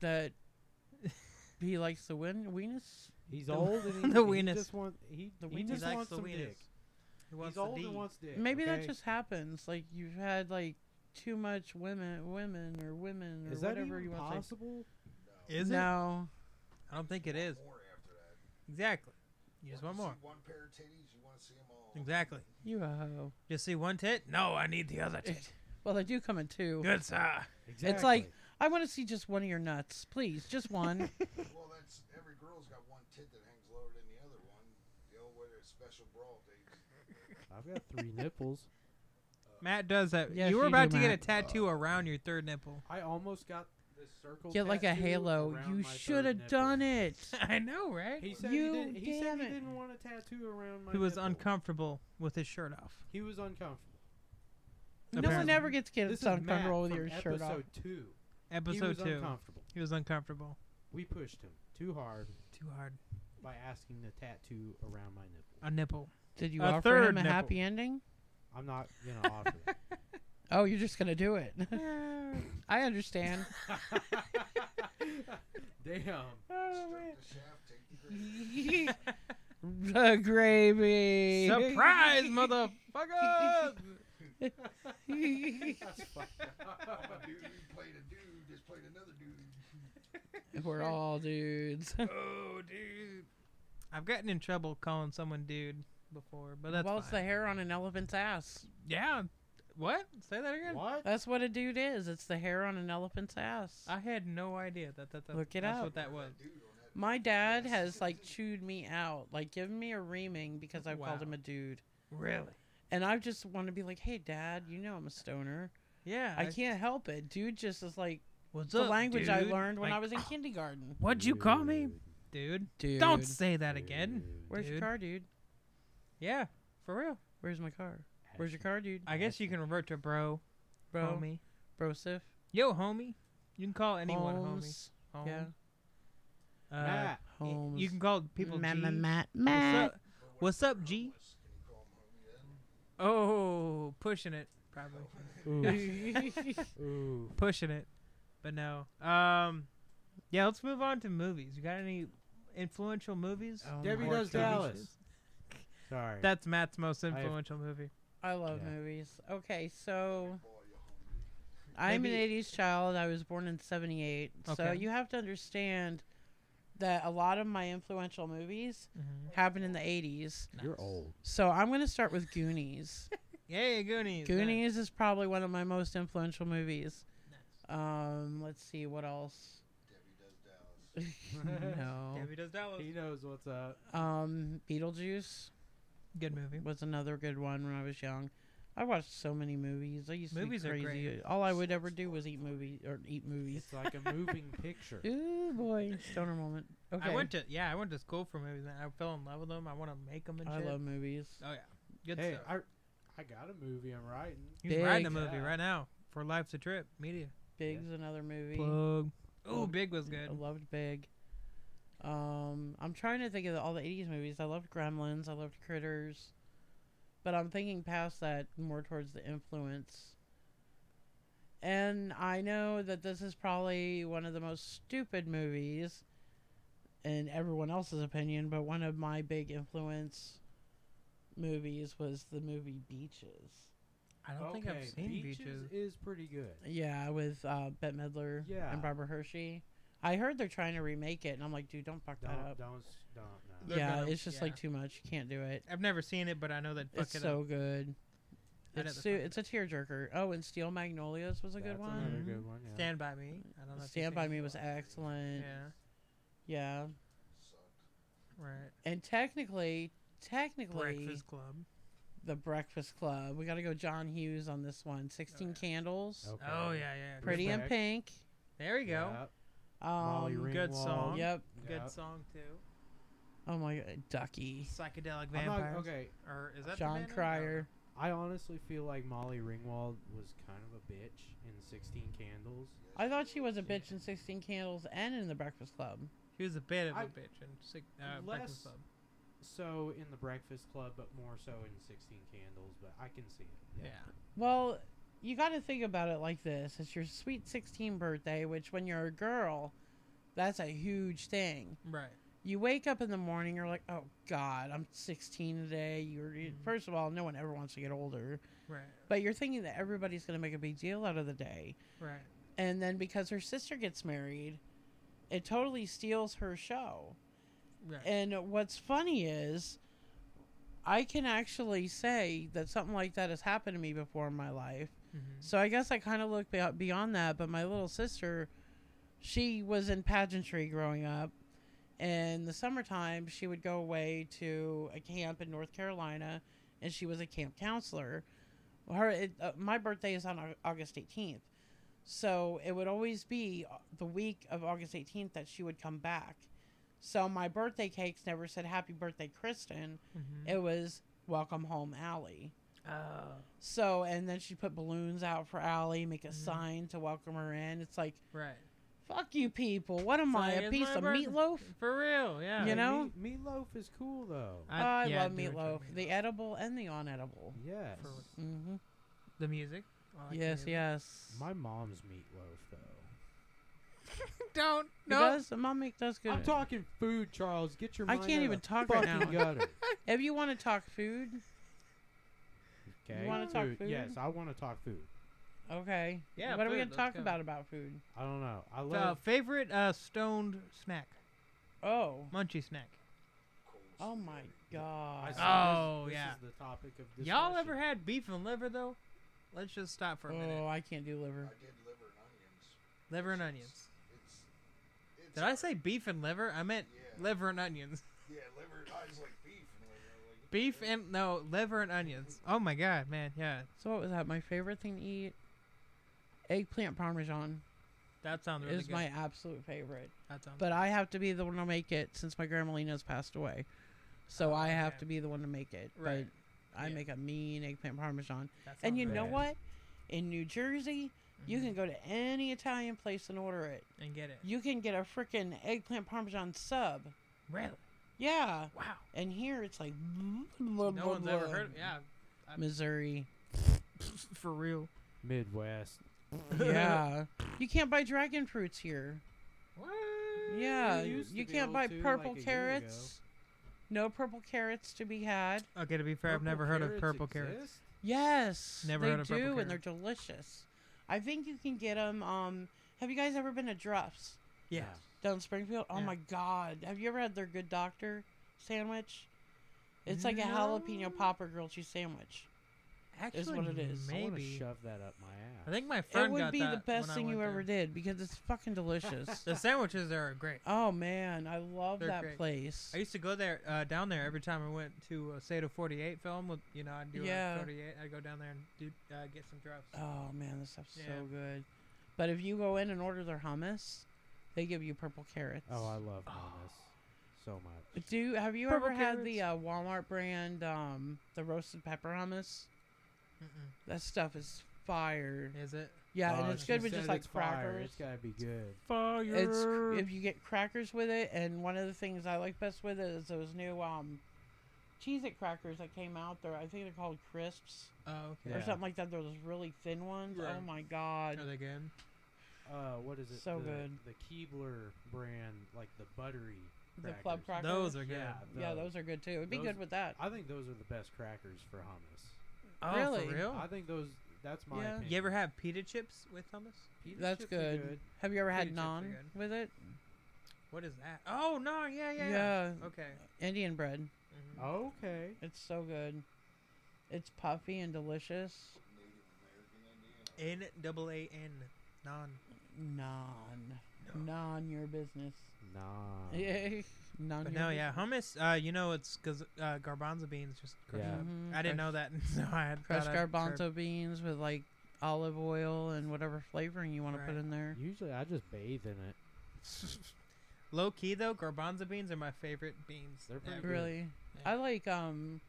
Speaker 6: that he likes the win weenus.
Speaker 5: he's
Speaker 4: The-
Speaker 5: old and he, he
Speaker 4: the weenus.
Speaker 5: just want he,
Speaker 6: The
Speaker 5: he
Speaker 6: weenus.
Speaker 5: just
Speaker 4: He likes
Speaker 5: wants
Speaker 4: the
Speaker 5: some
Speaker 4: weenus.
Speaker 5: dick.
Speaker 4: He wants
Speaker 5: he's
Speaker 4: the
Speaker 5: old
Speaker 4: D.
Speaker 5: and wants dick.
Speaker 6: Maybe that
Speaker 5: okay?
Speaker 6: just happens. Like you've had like too much women, women or women or
Speaker 5: is that
Speaker 6: whatever
Speaker 5: even
Speaker 6: you want to say.
Speaker 5: possible?
Speaker 4: Is it?
Speaker 6: no.
Speaker 4: I don't think it is.
Speaker 1: More after that.
Speaker 4: Exactly. You just want
Speaker 1: Once
Speaker 4: more.
Speaker 1: you see one pair of titties, you want to see 'em all.
Speaker 4: Exactly.
Speaker 6: You a hoe.
Speaker 4: Just see one tit? No, I need the other tit.
Speaker 6: Well, they do come in two.
Speaker 4: Good sir.
Speaker 5: Exactly.
Speaker 6: It's like I want to see just one of your nuts, please, just one.
Speaker 1: Well, that's every girl's got one tit that hangs lower than the other one. The old way to a special brawl. They
Speaker 5: I've got three nipples.
Speaker 4: Matt does that.
Speaker 6: Yes,
Speaker 4: you were
Speaker 6: you
Speaker 4: about
Speaker 6: do,
Speaker 4: to get a
Speaker 6: Matt.
Speaker 4: tattoo around your third nipple.
Speaker 5: I almost got this circle.
Speaker 6: Get like a
Speaker 5: tattoo
Speaker 6: halo.
Speaker 5: around
Speaker 6: You
Speaker 5: my
Speaker 6: should
Speaker 5: third
Speaker 6: have
Speaker 5: nipple.
Speaker 6: done it.
Speaker 4: I know, right?
Speaker 5: He said
Speaker 6: You
Speaker 5: he didn't. He said
Speaker 6: damn
Speaker 5: he
Speaker 6: it.
Speaker 5: didn't want a tattoo around my.
Speaker 4: He was
Speaker 5: nipple.
Speaker 4: uncomfortable with his shirt off.
Speaker 5: He was uncomfortable.
Speaker 6: No one
Speaker 4: Apparently.
Speaker 6: ever gets to get
Speaker 5: This is Matt
Speaker 6: uncomfortable with
Speaker 5: from
Speaker 6: your
Speaker 5: episode
Speaker 6: shirt off.
Speaker 5: two. He
Speaker 4: Episode
Speaker 5: was
Speaker 4: two.
Speaker 5: uncomfortable.
Speaker 4: He was uncomfortable.
Speaker 5: We pushed him too hard
Speaker 4: Too hard.
Speaker 5: by asking the tattoo around my nipple.
Speaker 4: A nipple.
Speaker 6: Did you
Speaker 4: A
Speaker 6: offer him
Speaker 4: third
Speaker 6: a
Speaker 4: nipple.
Speaker 6: happy ending?
Speaker 5: I'm not gonna offer. That.
Speaker 6: Oh, you're just gonna do it. I understand.
Speaker 5: Damn.
Speaker 4: Oh,
Speaker 1: strip the shaft, take the grip.
Speaker 6: the gravy.
Speaker 4: Surprise, motherfucker!
Speaker 1: I'm a dude who played a dude, just played another dude.
Speaker 6: We're all dudes.
Speaker 4: oh, dude. I've gotten in trouble calling someone dude before, but that's
Speaker 6: well,
Speaker 4: fine.
Speaker 6: it's the hair on an elephant's ass.
Speaker 4: Yeah. What? Say that again.
Speaker 5: What?
Speaker 6: That's what a dude is. It's the hair on an elephant's ass.
Speaker 4: I had no idea that, that, that
Speaker 6: Look it
Speaker 4: that's
Speaker 6: up.
Speaker 4: what that was.
Speaker 6: My dad has like chewed me out, like given me a reaming because I've called him
Speaker 4: Wow.
Speaker 6: a dude.
Speaker 4: Really?
Speaker 6: And I just want to be like, hey, dad, you know I'm a stoner.
Speaker 4: Yeah.
Speaker 6: I can't help it. Dude just is like
Speaker 4: What's
Speaker 6: the
Speaker 4: up,
Speaker 6: language I
Speaker 4: dude?
Speaker 6: learned when I
Speaker 4: Like,
Speaker 6: was in
Speaker 4: "Oh,
Speaker 6: kindergarten.
Speaker 4: What'd you call me? Dude.
Speaker 6: Dude.
Speaker 4: Don't say that again.
Speaker 6: Where's your
Speaker 4: dude.
Speaker 6: car, dude?
Speaker 4: Yeah. For real.
Speaker 6: Where's my car? Where's your car, dude?
Speaker 4: I guess you can revert to bro,
Speaker 6: bro,
Speaker 4: homie.
Speaker 6: bro, Sif.
Speaker 4: Yo, homie. You can call anyone
Speaker 6: Holmes.
Speaker 4: homie. Home.
Speaker 6: Yeah.
Speaker 4: Uh,
Speaker 5: Matt.
Speaker 4: y-
Speaker 6: Holmes.
Speaker 4: You can call people
Speaker 6: Matt,
Speaker 4: G.
Speaker 6: Matt, Matt,
Speaker 4: What's
Speaker 6: Matt.
Speaker 4: up? What's up, G? Oh, pushing it probably.
Speaker 5: Ooh. Ooh.
Speaker 4: pushing it, but no. Um, yeah, let's move on to movies. You got any influential movies?
Speaker 6: Oh
Speaker 5: Debbie
Speaker 6: my
Speaker 5: Does
Speaker 6: God.
Speaker 5: Dallas. Sorry.
Speaker 4: That's Matt's most
Speaker 5: I have-
Speaker 4: influential movie.
Speaker 6: I love
Speaker 5: Yeah.
Speaker 6: movies. Okay, so I'm an
Speaker 4: Maybe-
Speaker 6: '80s child. I was born in '78, so
Speaker 4: Okay.
Speaker 6: you have to understand that a lot of my influential movies happened in the '80s.
Speaker 5: You're old.
Speaker 6: So I'm going to start with Goonies.
Speaker 4: Yay, Goonies. nice.
Speaker 6: Goonies is probably one of my most influential movies. Um, let's see what else.
Speaker 1: Debbie does Dallas.
Speaker 6: no.
Speaker 4: Debbie does Dallas.
Speaker 5: He knows what's up.
Speaker 6: Um, Beetlejuice
Speaker 4: Good movie.
Speaker 6: was another good one when I was young. I watched so many movies. I used to
Speaker 4: Movies
Speaker 6: be
Speaker 4: are
Speaker 6: crazy.
Speaker 4: great.
Speaker 6: All I would ever do was eat movies or eat movies.
Speaker 5: It's like a moving picture.
Speaker 6: Ooh boy, stoner moment. Okay,
Speaker 4: I went to yeah, I went to school for movies and I fell in love with them. I want to make them and
Speaker 6: I
Speaker 4: shit.
Speaker 6: love movies.
Speaker 4: oh yeah, good
Speaker 5: Hey,
Speaker 4: stuff.
Speaker 5: I, I got a movie I'm writing.
Speaker 4: He's writing a
Speaker 6: Big.
Speaker 4: movie
Speaker 5: Yeah.
Speaker 4: right now for Life's a Trip Media.
Speaker 6: Big's another movie.
Speaker 4: Plug. Ooh, Big was good.
Speaker 6: I loved Big. Um, I'm trying to think of all the '80s movies. I loved Gremlins. I loved Critters, but I'm thinking past that more towards the influence. And I know that this is probably one of the most stupid movies, in everyone else's opinion. But one of my big influence movies was the movie Beaches.
Speaker 4: I don't think I've seen Beaches.
Speaker 5: is pretty good.
Speaker 6: Yeah, with uh, Bette Midler
Speaker 5: Yeah.
Speaker 6: and Barbara Hershey. I heard they're trying to remake it, and I'm like, dude, don't fuck
Speaker 5: Don't
Speaker 6: that up.
Speaker 5: don't s- don't no.
Speaker 4: They're
Speaker 6: yeah,
Speaker 4: gonna-
Speaker 6: it's just like too much. You can't do it.
Speaker 4: I've never seen it, but I know that fuck
Speaker 6: it's
Speaker 4: it
Speaker 6: so
Speaker 4: up.
Speaker 6: good.
Speaker 4: I know
Speaker 6: It's,
Speaker 4: the
Speaker 6: su-
Speaker 4: fuck it
Speaker 6: it's a tearjerker. Oh, and Steel Magnolias was a
Speaker 5: That's
Speaker 6: good one.
Speaker 5: Another
Speaker 4: Mhm.
Speaker 5: good one. Yeah.
Speaker 4: Stand by me. I don't know. if you've
Speaker 6: Stand by
Speaker 4: seen
Speaker 6: Me
Speaker 4: it.
Speaker 6: was excellent.
Speaker 4: Yeah,
Speaker 6: Yeah.
Speaker 4: right.
Speaker 6: and technically, technically,
Speaker 4: Breakfast Club.
Speaker 6: The Breakfast Club. We got to go John Hughes on this one. Sixteen
Speaker 4: yeah.
Speaker 6: Candles,
Speaker 5: Okay.
Speaker 4: Oh yeah, yeah. good
Speaker 6: Pretty
Speaker 4: one.
Speaker 6: in
Speaker 5: Respect.
Speaker 6: Pink.
Speaker 4: There we go.
Speaker 5: Yep. Molly
Speaker 6: Um,
Speaker 5: Ringwald.
Speaker 4: good song.
Speaker 6: yep.
Speaker 5: Yep.
Speaker 4: Good song too.
Speaker 6: Oh my God, Ducky.
Speaker 4: Psychedelic
Speaker 5: I'm not-
Speaker 4: vampires.
Speaker 5: okay,
Speaker 4: Or is that the
Speaker 6: John
Speaker 4: band name? Oh.
Speaker 6: Cryer.
Speaker 5: I honestly feel like Molly Ringwald was kind of a bitch in Sixteen Candles.
Speaker 6: I thought she was a bitch in Sixteen Candles and in The Breakfast Club.
Speaker 4: She was a bit of a
Speaker 5: I-
Speaker 4: bitch in sick, uh,
Speaker 5: Less-
Speaker 4: Breakfast Club.
Speaker 5: So in the Breakfast Club, but more so in Sixteen Candles. But I can see it.
Speaker 4: Yeah.
Speaker 6: Well, you got to think about it like this: it's your sweet sixteen birthday, which when you're a girl, that's a huge thing.
Speaker 4: Right.
Speaker 6: You wake up in the morning, you're like, "Oh God, I'm 16 today." You're you- first of all, no one ever wants to get older,
Speaker 4: Right.
Speaker 6: but you're thinking that everybody's going to make a big deal out of the day,
Speaker 4: Right.
Speaker 6: and then because her sister gets married, it totally steals her show.
Speaker 4: Right.
Speaker 6: And what's funny is, I can actually say that something like that has happened to me before in my life.
Speaker 4: Mhm.
Speaker 6: So I guess I kind of look be- beyond that. But my little sister, she was in pageantry growing up. In the summertime, she would go away to a camp in North Carolina, and she was a camp counselor. Her, it, uh, my birthday is on Au- August 18th, so it would always be uh, the week of August 18th that she would come back. So my birthday cakes never said "Happy Birthday, Kristen."
Speaker 5: Mm-hmm.
Speaker 4: Mhm.
Speaker 6: It was "Welcome Home, Allie."
Speaker 4: Oh.
Speaker 6: So, and then she put balloons out for Allie, make a
Speaker 4: Mhm.
Speaker 6: sign to welcome her in. It's like,
Speaker 4: Right.
Speaker 6: fuck you people. What am I,
Speaker 4: It's like,
Speaker 6: a
Speaker 4: it's
Speaker 6: piece
Speaker 4: my
Speaker 6: of
Speaker 4: birthday.
Speaker 6: meatloaf?
Speaker 4: For real. Yeah.
Speaker 6: You
Speaker 5: Hey,
Speaker 6: know?
Speaker 5: Me- meatloaf is cool though.
Speaker 6: I, I
Speaker 4: yeah,
Speaker 6: love
Speaker 4: do enjoy
Speaker 6: meatloaf, the edible and the unedible.
Speaker 5: Yes.
Speaker 4: For-
Speaker 6: Mm-hmm.
Speaker 4: The music. I like the
Speaker 6: yes,
Speaker 4: music.
Speaker 6: yes.
Speaker 5: My mom's meatloaf though.
Speaker 4: Don't.
Speaker 6: It
Speaker 4: No.
Speaker 6: does. Mom make does good.
Speaker 5: I'm talking food, Charles. Get your.
Speaker 6: I
Speaker 5: mind
Speaker 6: can't
Speaker 5: out
Speaker 6: even
Speaker 5: of the
Speaker 6: talk right
Speaker 5: fucking gutter.
Speaker 6: if you want to talk food,
Speaker 5: Okay.
Speaker 6: wanna talk food?
Speaker 5: Yes, I want to talk food.
Speaker 6: okay.
Speaker 4: Yeah,
Speaker 6: What are we
Speaker 4: food,
Speaker 6: gonna
Speaker 4: let's
Speaker 6: talk
Speaker 4: go.
Speaker 6: about about food?
Speaker 5: I don't know. I
Speaker 4: The
Speaker 5: love.
Speaker 4: favorite uh, stoned snack.
Speaker 6: Oh,
Speaker 4: Munchy snack.
Speaker 6: oh my
Speaker 5: I
Speaker 6: god.
Speaker 5: said
Speaker 4: Oh,
Speaker 5: this,
Speaker 4: yeah.
Speaker 5: This is the topic of this.
Speaker 4: Y'all ever had beef and liver though? Let's just stop for a minute.
Speaker 6: Oh, I can't do liver.
Speaker 1: I did liver and onions.
Speaker 5: Oh.
Speaker 4: Liver and onions.
Speaker 1: It's, it's
Speaker 4: Did I say beef and liver? I meant
Speaker 1: Yeah.
Speaker 4: liver and onions.
Speaker 1: Yeah, liver and onions like beef. And liver, like,
Speaker 4: Beef and no liver and onions. Oh my god, man. Yeah,
Speaker 6: So what was that? My favorite thing to eat, eggplant parmesan,
Speaker 4: that sounds really
Speaker 6: is
Speaker 4: good.
Speaker 6: my absolute favorite.
Speaker 4: that sounds.
Speaker 6: but I have to be the one to make it since my grandma Lena's passed away. So
Speaker 4: Oh,
Speaker 6: I have
Speaker 4: okay.
Speaker 6: to be the one to make it.
Speaker 4: Right.
Speaker 6: But I
Speaker 4: Yeah.
Speaker 6: make a mean eggplant parmesan.
Speaker 4: that sounds
Speaker 6: And you
Speaker 4: really
Speaker 6: know
Speaker 5: bad.
Speaker 6: what? In New Jersey, you can go to any Italian place and order it.
Speaker 4: good. Mm-hmm. and get it.
Speaker 6: You can get a freaking eggplant parmesan sub.
Speaker 4: Really?
Speaker 6: Yeah.
Speaker 4: Wow.
Speaker 6: And here it's like
Speaker 4: No one's ever heard. Of, yeah,
Speaker 6: Missouri.
Speaker 4: for real.
Speaker 5: Midwest?
Speaker 6: yeah. You can't buy dragon fruits here.
Speaker 4: What?
Speaker 6: Yeah.
Speaker 5: used to
Speaker 6: You
Speaker 5: be
Speaker 6: can't
Speaker 5: able
Speaker 6: buy
Speaker 5: to,
Speaker 6: purple
Speaker 5: like, a year
Speaker 6: carrots. No purple carrots to be had.
Speaker 4: Okay, to be fair, I've never heard of purple carrots.
Speaker 6: Yes,
Speaker 4: Never
Speaker 6: they
Speaker 4: heard of
Speaker 6: do,
Speaker 4: purple
Speaker 6: and they're delicious. I think you can get them. Um, have you guys ever been to Druff's
Speaker 7: Yeah.
Speaker 5: Yeah.
Speaker 6: down in Springfield? Oh
Speaker 7: Yeah.
Speaker 6: my God! Have you ever had their Good Doctor sandwich? It's like a
Speaker 7: No.
Speaker 6: jalapeno popper grilled cheese sandwich.
Speaker 7: Actually,
Speaker 6: what it is. I
Speaker 5: I want to
Speaker 7: Maybe.
Speaker 5: shove that up my ass.
Speaker 7: I think my friend
Speaker 6: it would
Speaker 7: got
Speaker 6: be
Speaker 7: that
Speaker 6: the best
Speaker 7: when I
Speaker 6: thing you
Speaker 7: went
Speaker 6: ever
Speaker 7: there.
Speaker 6: did because it's fucking delicious.
Speaker 7: The sandwiches there are great.
Speaker 6: oh man, I love
Speaker 7: They're
Speaker 6: that
Speaker 7: great.
Speaker 6: place.
Speaker 7: I used to go there, uh, down there every time I went to uh, Sato 48 film. With you know, I'd do
Speaker 6: Yeah.
Speaker 7: a 48. I'd go down there and do uh, get some drops.
Speaker 6: Oh man, this stuff's
Speaker 7: Yeah.
Speaker 6: so good. But if you go in and order their hummus, they give you purple carrots.
Speaker 5: Oh, I love hummus so much.
Speaker 6: Do you- have you
Speaker 7: Purple
Speaker 6: ever had the uh, Walmart brand um, the roasted pepper hummus?
Speaker 7: Mm-mm.
Speaker 6: That stuff is fire.
Speaker 7: Is it?
Speaker 6: Yeah,
Speaker 5: Oh,
Speaker 7: Uh,
Speaker 6: and it's
Speaker 5: she
Speaker 6: good with
Speaker 5: said
Speaker 6: just like
Speaker 5: it's fire.
Speaker 6: crackers.
Speaker 5: It's gotta be good.
Speaker 7: Oh,
Speaker 6: It's if you get crackers with it, and one of the things I like best with it is those new um, cheese it crackers that came out. There, I think they're called crisps
Speaker 7: Oh, okay.
Speaker 5: Yeah.
Speaker 6: or something like that. They're those really thin ones.
Speaker 7: Right.
Speaker 6: Oh my god!
Speaker 7: Are they good?
Speaker 5: Uh, what is it?
Speaker 6: So
Speaker 5: the,
Speaker 6: good.
Speaker 5: The Keebler brand, like the buttery.
Speaker 6: The club crackers.
Speaker 7: Those uh, are good.
Speaker 5: Yeah,
Speaker 6: yeah, those are good too. It'd be
Speaker 5: those-
Speaker 6: good with that.
Speaker 5: I think those are the best crackers for hummus.
Speaker 7: Oh,
Speaker 6: Really?
Speaker 7: for real?
Speaker 5: I think those. That's my.
Speaker 6: Yeah. You
Speaker 5: Opinion.
Speaker 7: You ever have pita chips with hummus?
Speaker 5: Pita
Speaker 6: That's
Speaker 5: chips are
Speaker 6: good. Have you ever had
Speaker 7: Potato chips
Speaker 6: naan
Speaker 7: are good.
Speaker 6: with it?
Speaker 7: What is that? Oh no, yeah, yeah,
Speaker 6: Yeah.
Speaker 7: Okay.
Speaker 6: Indian bread.
Speaker 7: Mhm.
Speaker 5: Okay.
Speaker 6: It's so good. It's puffy and delicious.
Speaker 7: N double A N, non.
Speaker 6: Non, non, your business.
Speaker 5: Nah.
Speaker 6: Yeah, non.
Speaker 7: But
Speaker 6: your
Speaker 7: no, yeah,
Speaker 6: business.
Speaker 7: hummus. Uh, you know, it's because uh, garbanzo beans just. Crush
Speaker 5: Yeah.
Speaker 7: up.
Speaker 6: Mhm.
Speaker 7: I didn't know that, so I had
Speaker 6: Fresh
Speaker 7: thought I'd
Speaker 6: garbanzo
Speaker 7: try-
Speaker 6: beans with like olive oil and whatever flavoring you want to
Speaker 7: Right.
Speaker 6: put in there.
Speaker 5: Usually I just bathe in it.
Speaker 7: Low key though, garbanzo beans are my favorite beans.
Speaker 5: They're pretty
Speaker 7: ever.
Speaker 5: good.
Speaker 6: Really,
Speaker 7: Yeah.
Speaker 6: I like um.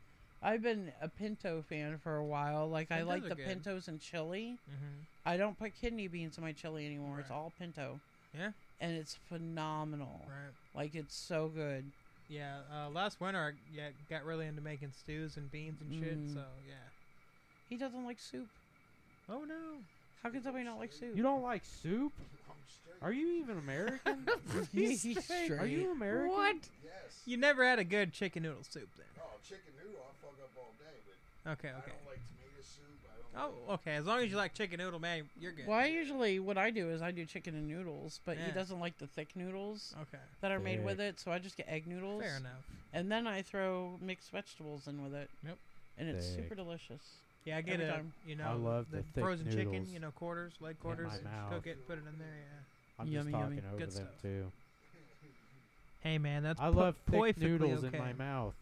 Speaker 6: I've been a pinto fan for a while. Like I
Speaker 7: Pintos
Speaker 6: like
Speaker 7: are
Speaker 6: the
Speaker 7: good.
Speaker 6: pintos and chili.
Speaker 7: Mhm.
Speaker 6: I don't put kidney beans in my chili anymore. It's
Speaker 7: Right.
Speaker 6: all pinto.
Speaker 7: Yeah.
Speaker 6: And it's phenomenal.
Speaker 7: Right.
Speaker 6: Like it's so good.
Speaker 7: Yeah. Uh, last winter, I yeah, got really into making stews and beans and
Speaker 6: Mm.
Speaker 7: shit. So yeah.
Speaker 6: He doesn't like soup.
Speaker 7: Oh no.
Speaker 6: How can somebody not like soup?
Speaker 5: You don't like soup?
Speaker 1: I'm straight.
Speaker 5: Are you even American?
Speaker 6: He's straight.
Speaker 5: Are you American?
Speaker 7: What?
Speaker 1: Yes.
Speaker 7: You never had a good chicken noodle soup then?
Speaker 1: Oh, chicken noodle, I fuck up all day, but
Speaker 7: Okay.
Speaker 1: I
Speaker 7: Okay.
Speaker 1: don't like tomato soup. I don't.
Speaker 7: Oh,
Speaker 1: like,
Speaker 7: okay. As long as you like chicken noodle, man, you're good.
Speaker 6: Well, I usually what I do is I do chicken and noodles, but he
Speaker 7: Yeah.
Speaker 6: doesn't like the thick noodles
Speaker 7: Okay.
Speaker 6: that are made with it, so I just get egg noodles.
Speaker 7: Fair enough.
Speaker 6: And then I throw mixed vegetables in with it.
Speaker 7: Yep.
Speaker 6: And it's
Speaker 5: Thick.
Speaker 6: super delicious.
Speaker 7: Yeah, I get
Speaker 6: Every
Speaker 7: it.
Speaker 6: time.
Speaker 7: You know,
Speaker 5: I love
Speaker 7: the,
Speaker 5: the thick
Speaker 7: frozen chicken.
Speaker 5: noodles.
Speaker 7: You know, quarters, leg quarters.
Speaker 5: my
Speaker 7: and just
Speaker 5: mouth.
Speaker 7: cook it, put it in there. Yeah.
Speaker 5: I'm
Speaker 6: Yummy,
Speaker 5: just
Speaker 6: yummy.
Speaker 5: talking over
Speaker 7: Good
Speaker 5: them
Speaker 7: stuff.
Speaker 5: too.
Speaker 7: Hey man, that's
Speaker 5: I love thick
Speaker 7: perfectly
Speaker 5: noodles
Speaker 7: okay.
Speaker 5: in my mouth.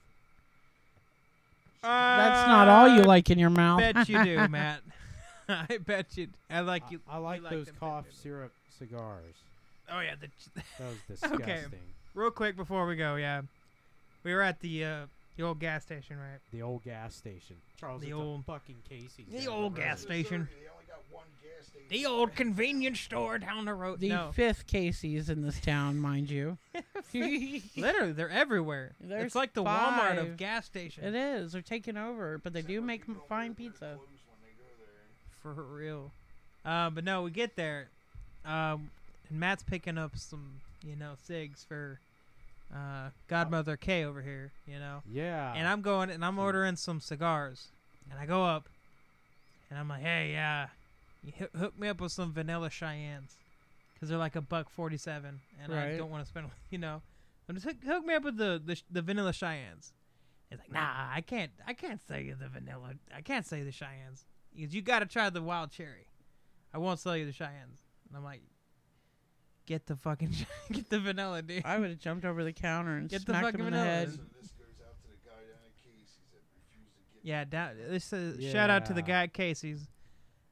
Speaker 6: That's not all you
Speaker 7: Uh,
Speaker 6: like in your mouth.
Speaker 7: bet you do, Matt. I bet you. d- I like
Speaker 5: I-
Speaker 7: you.
Speaker 5: I, like
Speaker 7: you
Speaker 5: those
Speaker 7: them thin
Speaker 5: cough
Speaker 7: noodles.
Speaker 5: syrup cigars.
Speaker 7: Oh yeah. The, ch-
Speaker 5: That was disgusting.
Speaker 7: real quick before we go, yeah, we were at the uh, the old gas station, right?
Speaker 5: The old gas station. Charles,
Speaker 7: The
Speaker 5: it's a
Speaker 7: old-
Speaker 5: fucking Casey's.
Speaker 7: the
Speaker 5: down
Speaker 7: old
Speaker 5: road.
Speaker 7: gas
Speaker 1: Missouri,
Speaker 7: station.
Speaker 1: They only got one gas station.
Speaker 7: The old convenience store down the road.
Speaker 6: the
Speaker 7: no,
Speaker 6: fifth Casey's in this town, mind you. it
Speaker 7: literally, they're everywhere.
Speaker 6: There's
Speaker 7: it's like the Walmart
Speaker 6: five.
Speaker 7: of gas stations.
Speaker 6: is. They're taking over, but they
Speaker 1: Except
Speaker 6: do
Speaker 1: when
Speaker 6: make
Speaker 1: people
Speaker 6: m-
Speaker 1: don't
Speaker 6: fine
Speaker 1: wear their
Speaker 6: pizza.
Speaker 1: clothes when they go there.
Speaker 7: For real. Uh, but no, we get there. Um, and Matt's picking up some, you know, cigs for uh, Godmother K over here, you know.
Speaker 5: Yeah.
Speaker 7: And I'm going and I'm ordering some cigars. And I go up and I'm like, hey, uh, you hoo- hook me up with some vanilla Cheyennes. Because they're like a buck 47. And I
Speaker 6: Right.
Speaker 7: don't want to spend, you know. I'm just hook, hook me up with the, the, sh- the vanilla Cheyennes. It's like, nah, I can't, I can't sell you the vanilla. I can't sell you the Cheyennes because you got to try the wild cherry. I won't sell you the Cheyennes. And I'm like, get the fucking, get the vanilla, dude.
Speaker 6: I would have jumped over the counter and
Speaker 7: Get the
Speaker 6: smacked
Speaker 7: fucking
Speaker 6: him in the
Speaker 7: vanilla.
Speaker 6: head.
Speaker 7: Ed-
Speaker 1: So this goes out to the guy down at Casey's that refused to get.
Speaker 7: Yeah, down, this is shout out to the
Speaker 5: Yeah.
Speaker 7: guy at Casey's.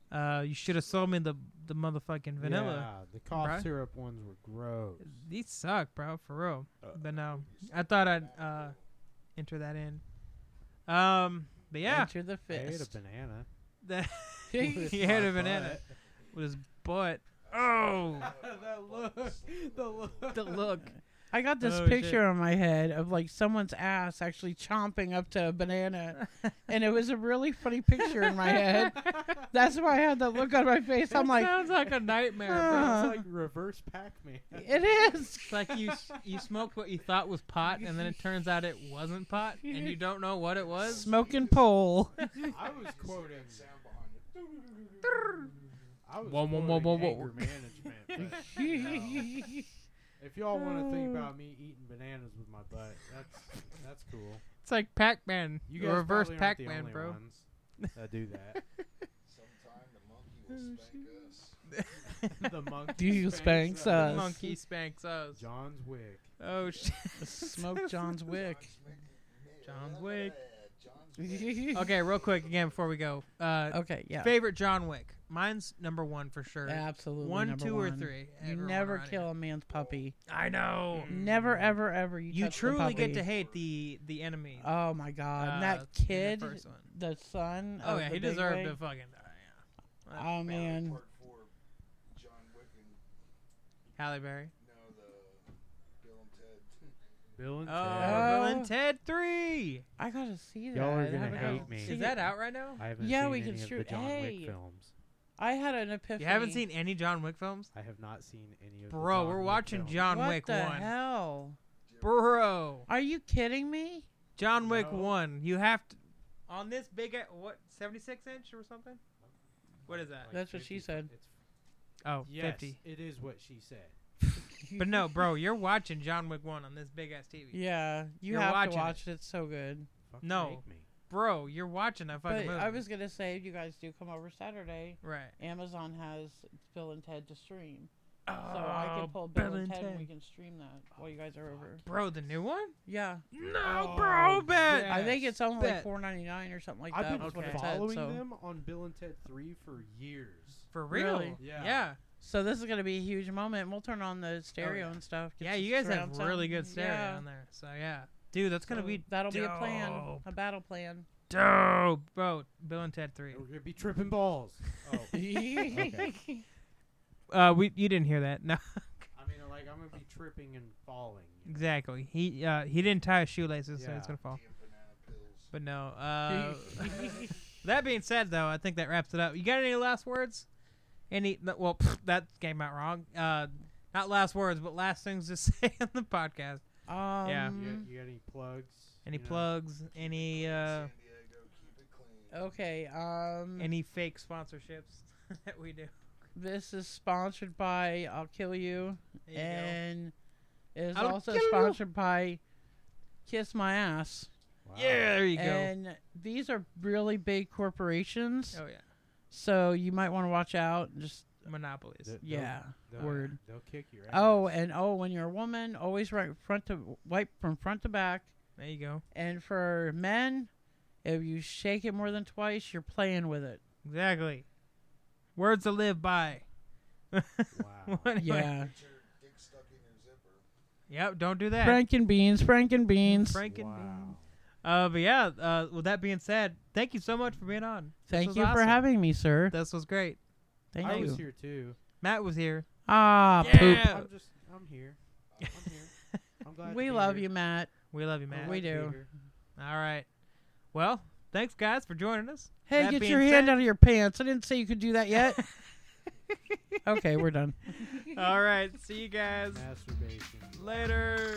Speaker 7: Uh, you should have sold me the the motherfucking vanilla.
Speaker 5: Yeah, the cough
Speaker 7: Bruh.
Speaker 5: syrup ones were gross.
Speaker 7: These suck, bro, for real. but no, I thought I'd uh, enter that in. Um, but yeah,
Speaker 6: Enter the
Speaker 5: I ate a
Speaker 6: fist.
Speaker 5: banana.
Speaker 7: that
Speaker 5: With
Speaker 7: he had
Speaker 5: my
Speaker 7: a banana
Speaker 5: butt.
Speaker 7: with his butt. Oh,
Speaker 5: that look. The look.
Speaker 7: the look.
Speaker 6: I got this
Speaker 7: Oh, shit.
Speaker 6: picture in my head of like someone's ass actually chomping up to a banana, and it was a really funny picture in my head. That's why I had that look on my face. I'm like,
Speaker 7: sounds like a nightmare,
Speaker 6: bro.
Speaker 5: It's
Speaker 6: Uh.
Speaker 5: like reverse Pac-Man.
Speaker 6: it is.
Speaker 7: It's like you s- you smoked what you thought was pot, and then it turns out it wasn't pot, and you don't know what it was.
Speaker 6: Smoking pole.
Speaker 5: I was quoting.
Speaker 1: sound behind it.
Speaker 5: I was
Speaker 4: Whoa, whoa, whoa,
Speaker 5: quoting
Speaker 4: whoa, whoa.
Speaker 5: anger management. but, you know, if y'all want to think about me eating bananas with my butt, that's that's cool.
Speaker 4: It's like Pac-Man.
Speaker 5: You
Speaker 4: The
Speaker 5: guys
Speaker 4: reverse
Speaker 5: probably aren't the
Speaker 4: Pac-Man,
Speaker 5: only
Speaker 4: bro.
Speaker 5: ones that do that.
Speaker 1: Sometime the monkey will spank
Speaker 6: You
Speaker 5: the monkey. spanks
Speaker 1: us.
Speaker 6: spanks
Speaker 5: us.
Speaker 6: us.
Speaker 4: Monkey spanks us.
Speaker 5: John's wick.
Speaker 4: Oh shit.
Speaker 6: Smoke John's wick.
Speaker 4: John's Wick.
Speaker 1: John's Wick.
Speaker 6: okay.
Speaker 4: Okay, real quick again before we go. Uh,
Speaker 6: Okay. Yeah.
Speaker 4: Favorite John Wick. Mine's number one for sure.
Speaker 6: Absolutely.
Speaker 4: One,
Speaker 6: number
Speaker 4: two, or
Speaker 6: one.
Speaker 4: three.
Speaker 6: You
Speaker 4: Everyone
Speaker 6: never
Speaker 4: around
Speaker 6: kill
Speaker 4: here.
Speaker 6: a man's puppy.
Speaker 4: I know.
Speaker 5: Hmm.
Speaker 6: Never, ever, ever. You,
Speaker 4: You
Speaker 6: touch the
Speaker 4: truly get
Speaker 6: puppy.
Speaker 4: to hate the the enemy.
Speaker 6: Oh my god,
Speaker 4: uh,
Speaker 6: and
Speaker 4: in
Speaker 6: that
Speaker 4: the
Speaker 6: kid,
Speaker 4: first one.
Speaker 6: the son.
Speaker 4: Oh
Speaker 6: of
Speaker 4: yeah,
Speaker 6: the
Speaker 4: he
Speaker 6: big
Speaker 4: deserved
Speaker 6: wig.
Speaker 4: to fucking die. Yeah.
Speaker 6: Oh man,
Speaker 1: Part four, John Wick and
Speaker 4: Halle Berry.
Speaker 1: no the Bill and Ted.
Speaker 5: Bill and
Speaker 4: Oh,
Speaker 5: Ted.
Speaker 4: Bill
Speaker 6: Oh.
Speaker 4: and Ted three.
Speaker 6: I gotta see that.
Speaker 5: Y'all are
Speaker 6: I
Speaker 5: gonna
Speaker 6: haven't
Speaker 5: hate
Speaker 6: gotten
Speaker 5: me.
Speaker 6: to see
Speaker 4: Is that
Speaker 6: it.
Speaker 4: out right now?
Speaker 5: I haven't
Speaker 6: Yeah,
Speaker 5: seen
Speaker 6: we
Speaker 5: any
Speaker 6: can
Speaker 5: of the
Speaker 6: shoot-
Speaker 5: John
Speaker 6: hey.
Speaker 5: Wick films.
Speaker 6: I had an epiphany.
Speaker 4: You haven't seen any John Wick films,
Speaker 5: I have not seen any of.
Speaker 4: bro.
Speaker 5: the John
Speaker 4: we're
Speaker 5: Wick
Speaker 4: watching
Speaker 5: films.
Speaker 4: John
Speaker 6: what
Speaker 4: Wick
Speaker 6: the
Speaker 4: one,
Speaker 6: hell?
Speaker 4: bro.
Speaker 6: Are you kidding me?
Speaker 4: John Wick
Speaker 5: No.
Speaker 4: one. You have to on this big a- what seventy six inch or something. What is that?
Speaker 5: Like
Speaker 6: That's what she
Speaker 5: 50.
Speaker 6: said.
Speaker 5: It's
Speaker 4: Oh,
Speaker 5: Yes,
Speaker 4: 50.
Speaker 5: it is what she said.
Speaker 4: But no, bro, you're watching John Wick 1 on this big ass TV.
Speaker 6: Yeah, you
Speaker 4: You're
Speaker 6: have
Speaker 4: watching
Speaker 6: to
Speaker 4: it.
Speaker 6: watch it. It's so good.
Speaker 5: Fuck,
Speaker 4: No.
Speaker 5: make me.
Speaker 4: Bro, you're watching that fucking
Speaker 6: But
Speaker 4: movie.
Speaker 6: I was gonna say, if you guys do come over Saturday,
Speaker 4: Right.
Speaker 6: Amazon has Bill and Ted to stream,
Speaker 4: Oh,
Speaker 6: so I can pull Bill, and Ted, and we can stream that while you guys are over.
Speaker 4: Bro, the new one?
Speaker 6: Yeah,
Speaker 4: No,
Speaker 5: Oh,
Speaker 4: bro, bet.
Speaker 5: yeah.
Speaker 6: I think it's only
Speaker 4: Bet.
Speaker 6: like four ninety nine or something like that.
Speaker 5: I've
Speaker 6: was
Speaker 5: been
Speaker 6: what
Speaker 4: okay.
Speaker 6: it said,
Speaker 5: following
Speaker 6: so.
Speaker 5: them on Bill and Ted Three for years.
Speaker 4: For real.
Speaker 6: Really?
Speaker 5: Yeah.
Speaker 4: Yeah. Yeah,
Speaker 6: So this is gonna be a huge moment. and We'll turn on the stereo
Speaker 4: Oh, yeah.
Speaker 6: and stuff. get some
Speaker 4: you guys have
Speaker 6: surround sound.
Speaker 4: really good stereo
Speaker 6: Yeah.
Speaker 4: on there. So, yeah. Dude, that's going to
Speaker 6: So
Speaker 4: be
Speaker 6: that'll be a plan,
Speaker 4: dope.
Speaker 6: a battle plan.
Speaker 4: dope. Bro, Bill and Ted 3.
Speaker 5: And we're gonna be tripping balls. Oh, I
Speaker 4: Uh, we You didn't hear that. No,
Speaker 5: mean, like I'm gonna be tripping and falling. you know?
Speaker 4: exactly. He uh, he didn't tie his shoelaces, so
Speaker 5: Yeah.
Speaker 4: it's going to fall.
Speaker 1: Damn banana pills.
Speaker 4: But no. Uh, that being said, though, I think that wraps it up. You got any last words? Any? no, Well, that came out wrong. Uh, not last words, but last things to say on the podcast.
Speaker 6: um,
Speaker 4: Yeah.
Speaker 5: You got, you got any plugs?
Speaker 4: Any
Speaker 5: you know?
Speaker 4: plugs? Any? Uh, oh.
Speaker 1: San Diego, keep it clean.
Speaker 6: Okay. Um.
Speaker 4: any fake sponsorships that we do?
Speaker 6: this is sponsored by I'll Kill You,
Speaker 4: There you
Speaker 6: and is
Speaker 4: I'll
Speaker 6: also
Speaker 4: kill you.
Speaker 6: sponsored by Kiss My Ass.
Speaker 5: Wow.
Speaker 4: go. Yeah, there you go.
Speaker 6: And these are really big corporations,
Speaker 4: oh yeah,
Speaker 6: so you might want to watch out. and Just
Speaker 4: monopolies.
Speaker 5: They'll-
Speaker 6: yeah.
Speaker 5: they'll-
Speaker 6: Word.
Speaker 5: They'll kick your ass.
Speaker 6: Oh, and oh, when you're a woman, always right front to wipe from front to back.
Speaker 4: there you go.
Speaker 6: And for men, if you shake it more than twice, you're playing with it.
Speaker 4: Exactly. Words to live by.
Speaker 5: wow.
Speaker 4: Anyway,
Speaker 6: Yeah.
Speaker 1: Picture dick stuck in your zipper.
Speaker 4: Yep. Don't do that.
Speaker 6: Frank and beans, Frank and beans.
Speaker 4: Frank and
Speaker 5: wow.
Speaker 4: Uh, but yeah. Uh, with that being said, thank you so much for being on. This
Speaker 6: Thank
Speaker 4: was
Speaker 6: you for
Speaker 4: awesome.
Speaker 6: having me, sir.
Speaker 4: This was great.
Speaker 6: Thank
Speaker 5: I
Speaker 6: you.
Speaker 5: was here too.
Speaker 4: Matt was here.
Speaker 6: Ah,
Speaker 4: Yeah.
Speaker 5: I'm just. I'm here. I'm here. I'm glad.
Speaker 6: poop.
Speaker 5: to
Speaker 6: We
Speaker 5: be
Speaker 6: love
Speaker 5: here.
Speaker 6: you, Matt.
Speaker 4: We love you,
Speaker 5: I'm
Speaker 4: Matt.
Speaker 5: glad
Speaker 6: We
Speaker 5: to be
Speaker 6: do.
Speaker 5: here.
Speaker 4: All right. Well, thanks guys for joining us.
Speaker 6: Hey,
Speaker 4: That
Speaker 6: get
Speaker 4: being
Speaker 6: your hand
Speaker 4: said-
Speaker 6: out of your pants. I didn't say you could do that yet. okay, we're done.
Speaker 4: All right. See you guys
Speaker 5: Masturbation.
Speaker 4: later.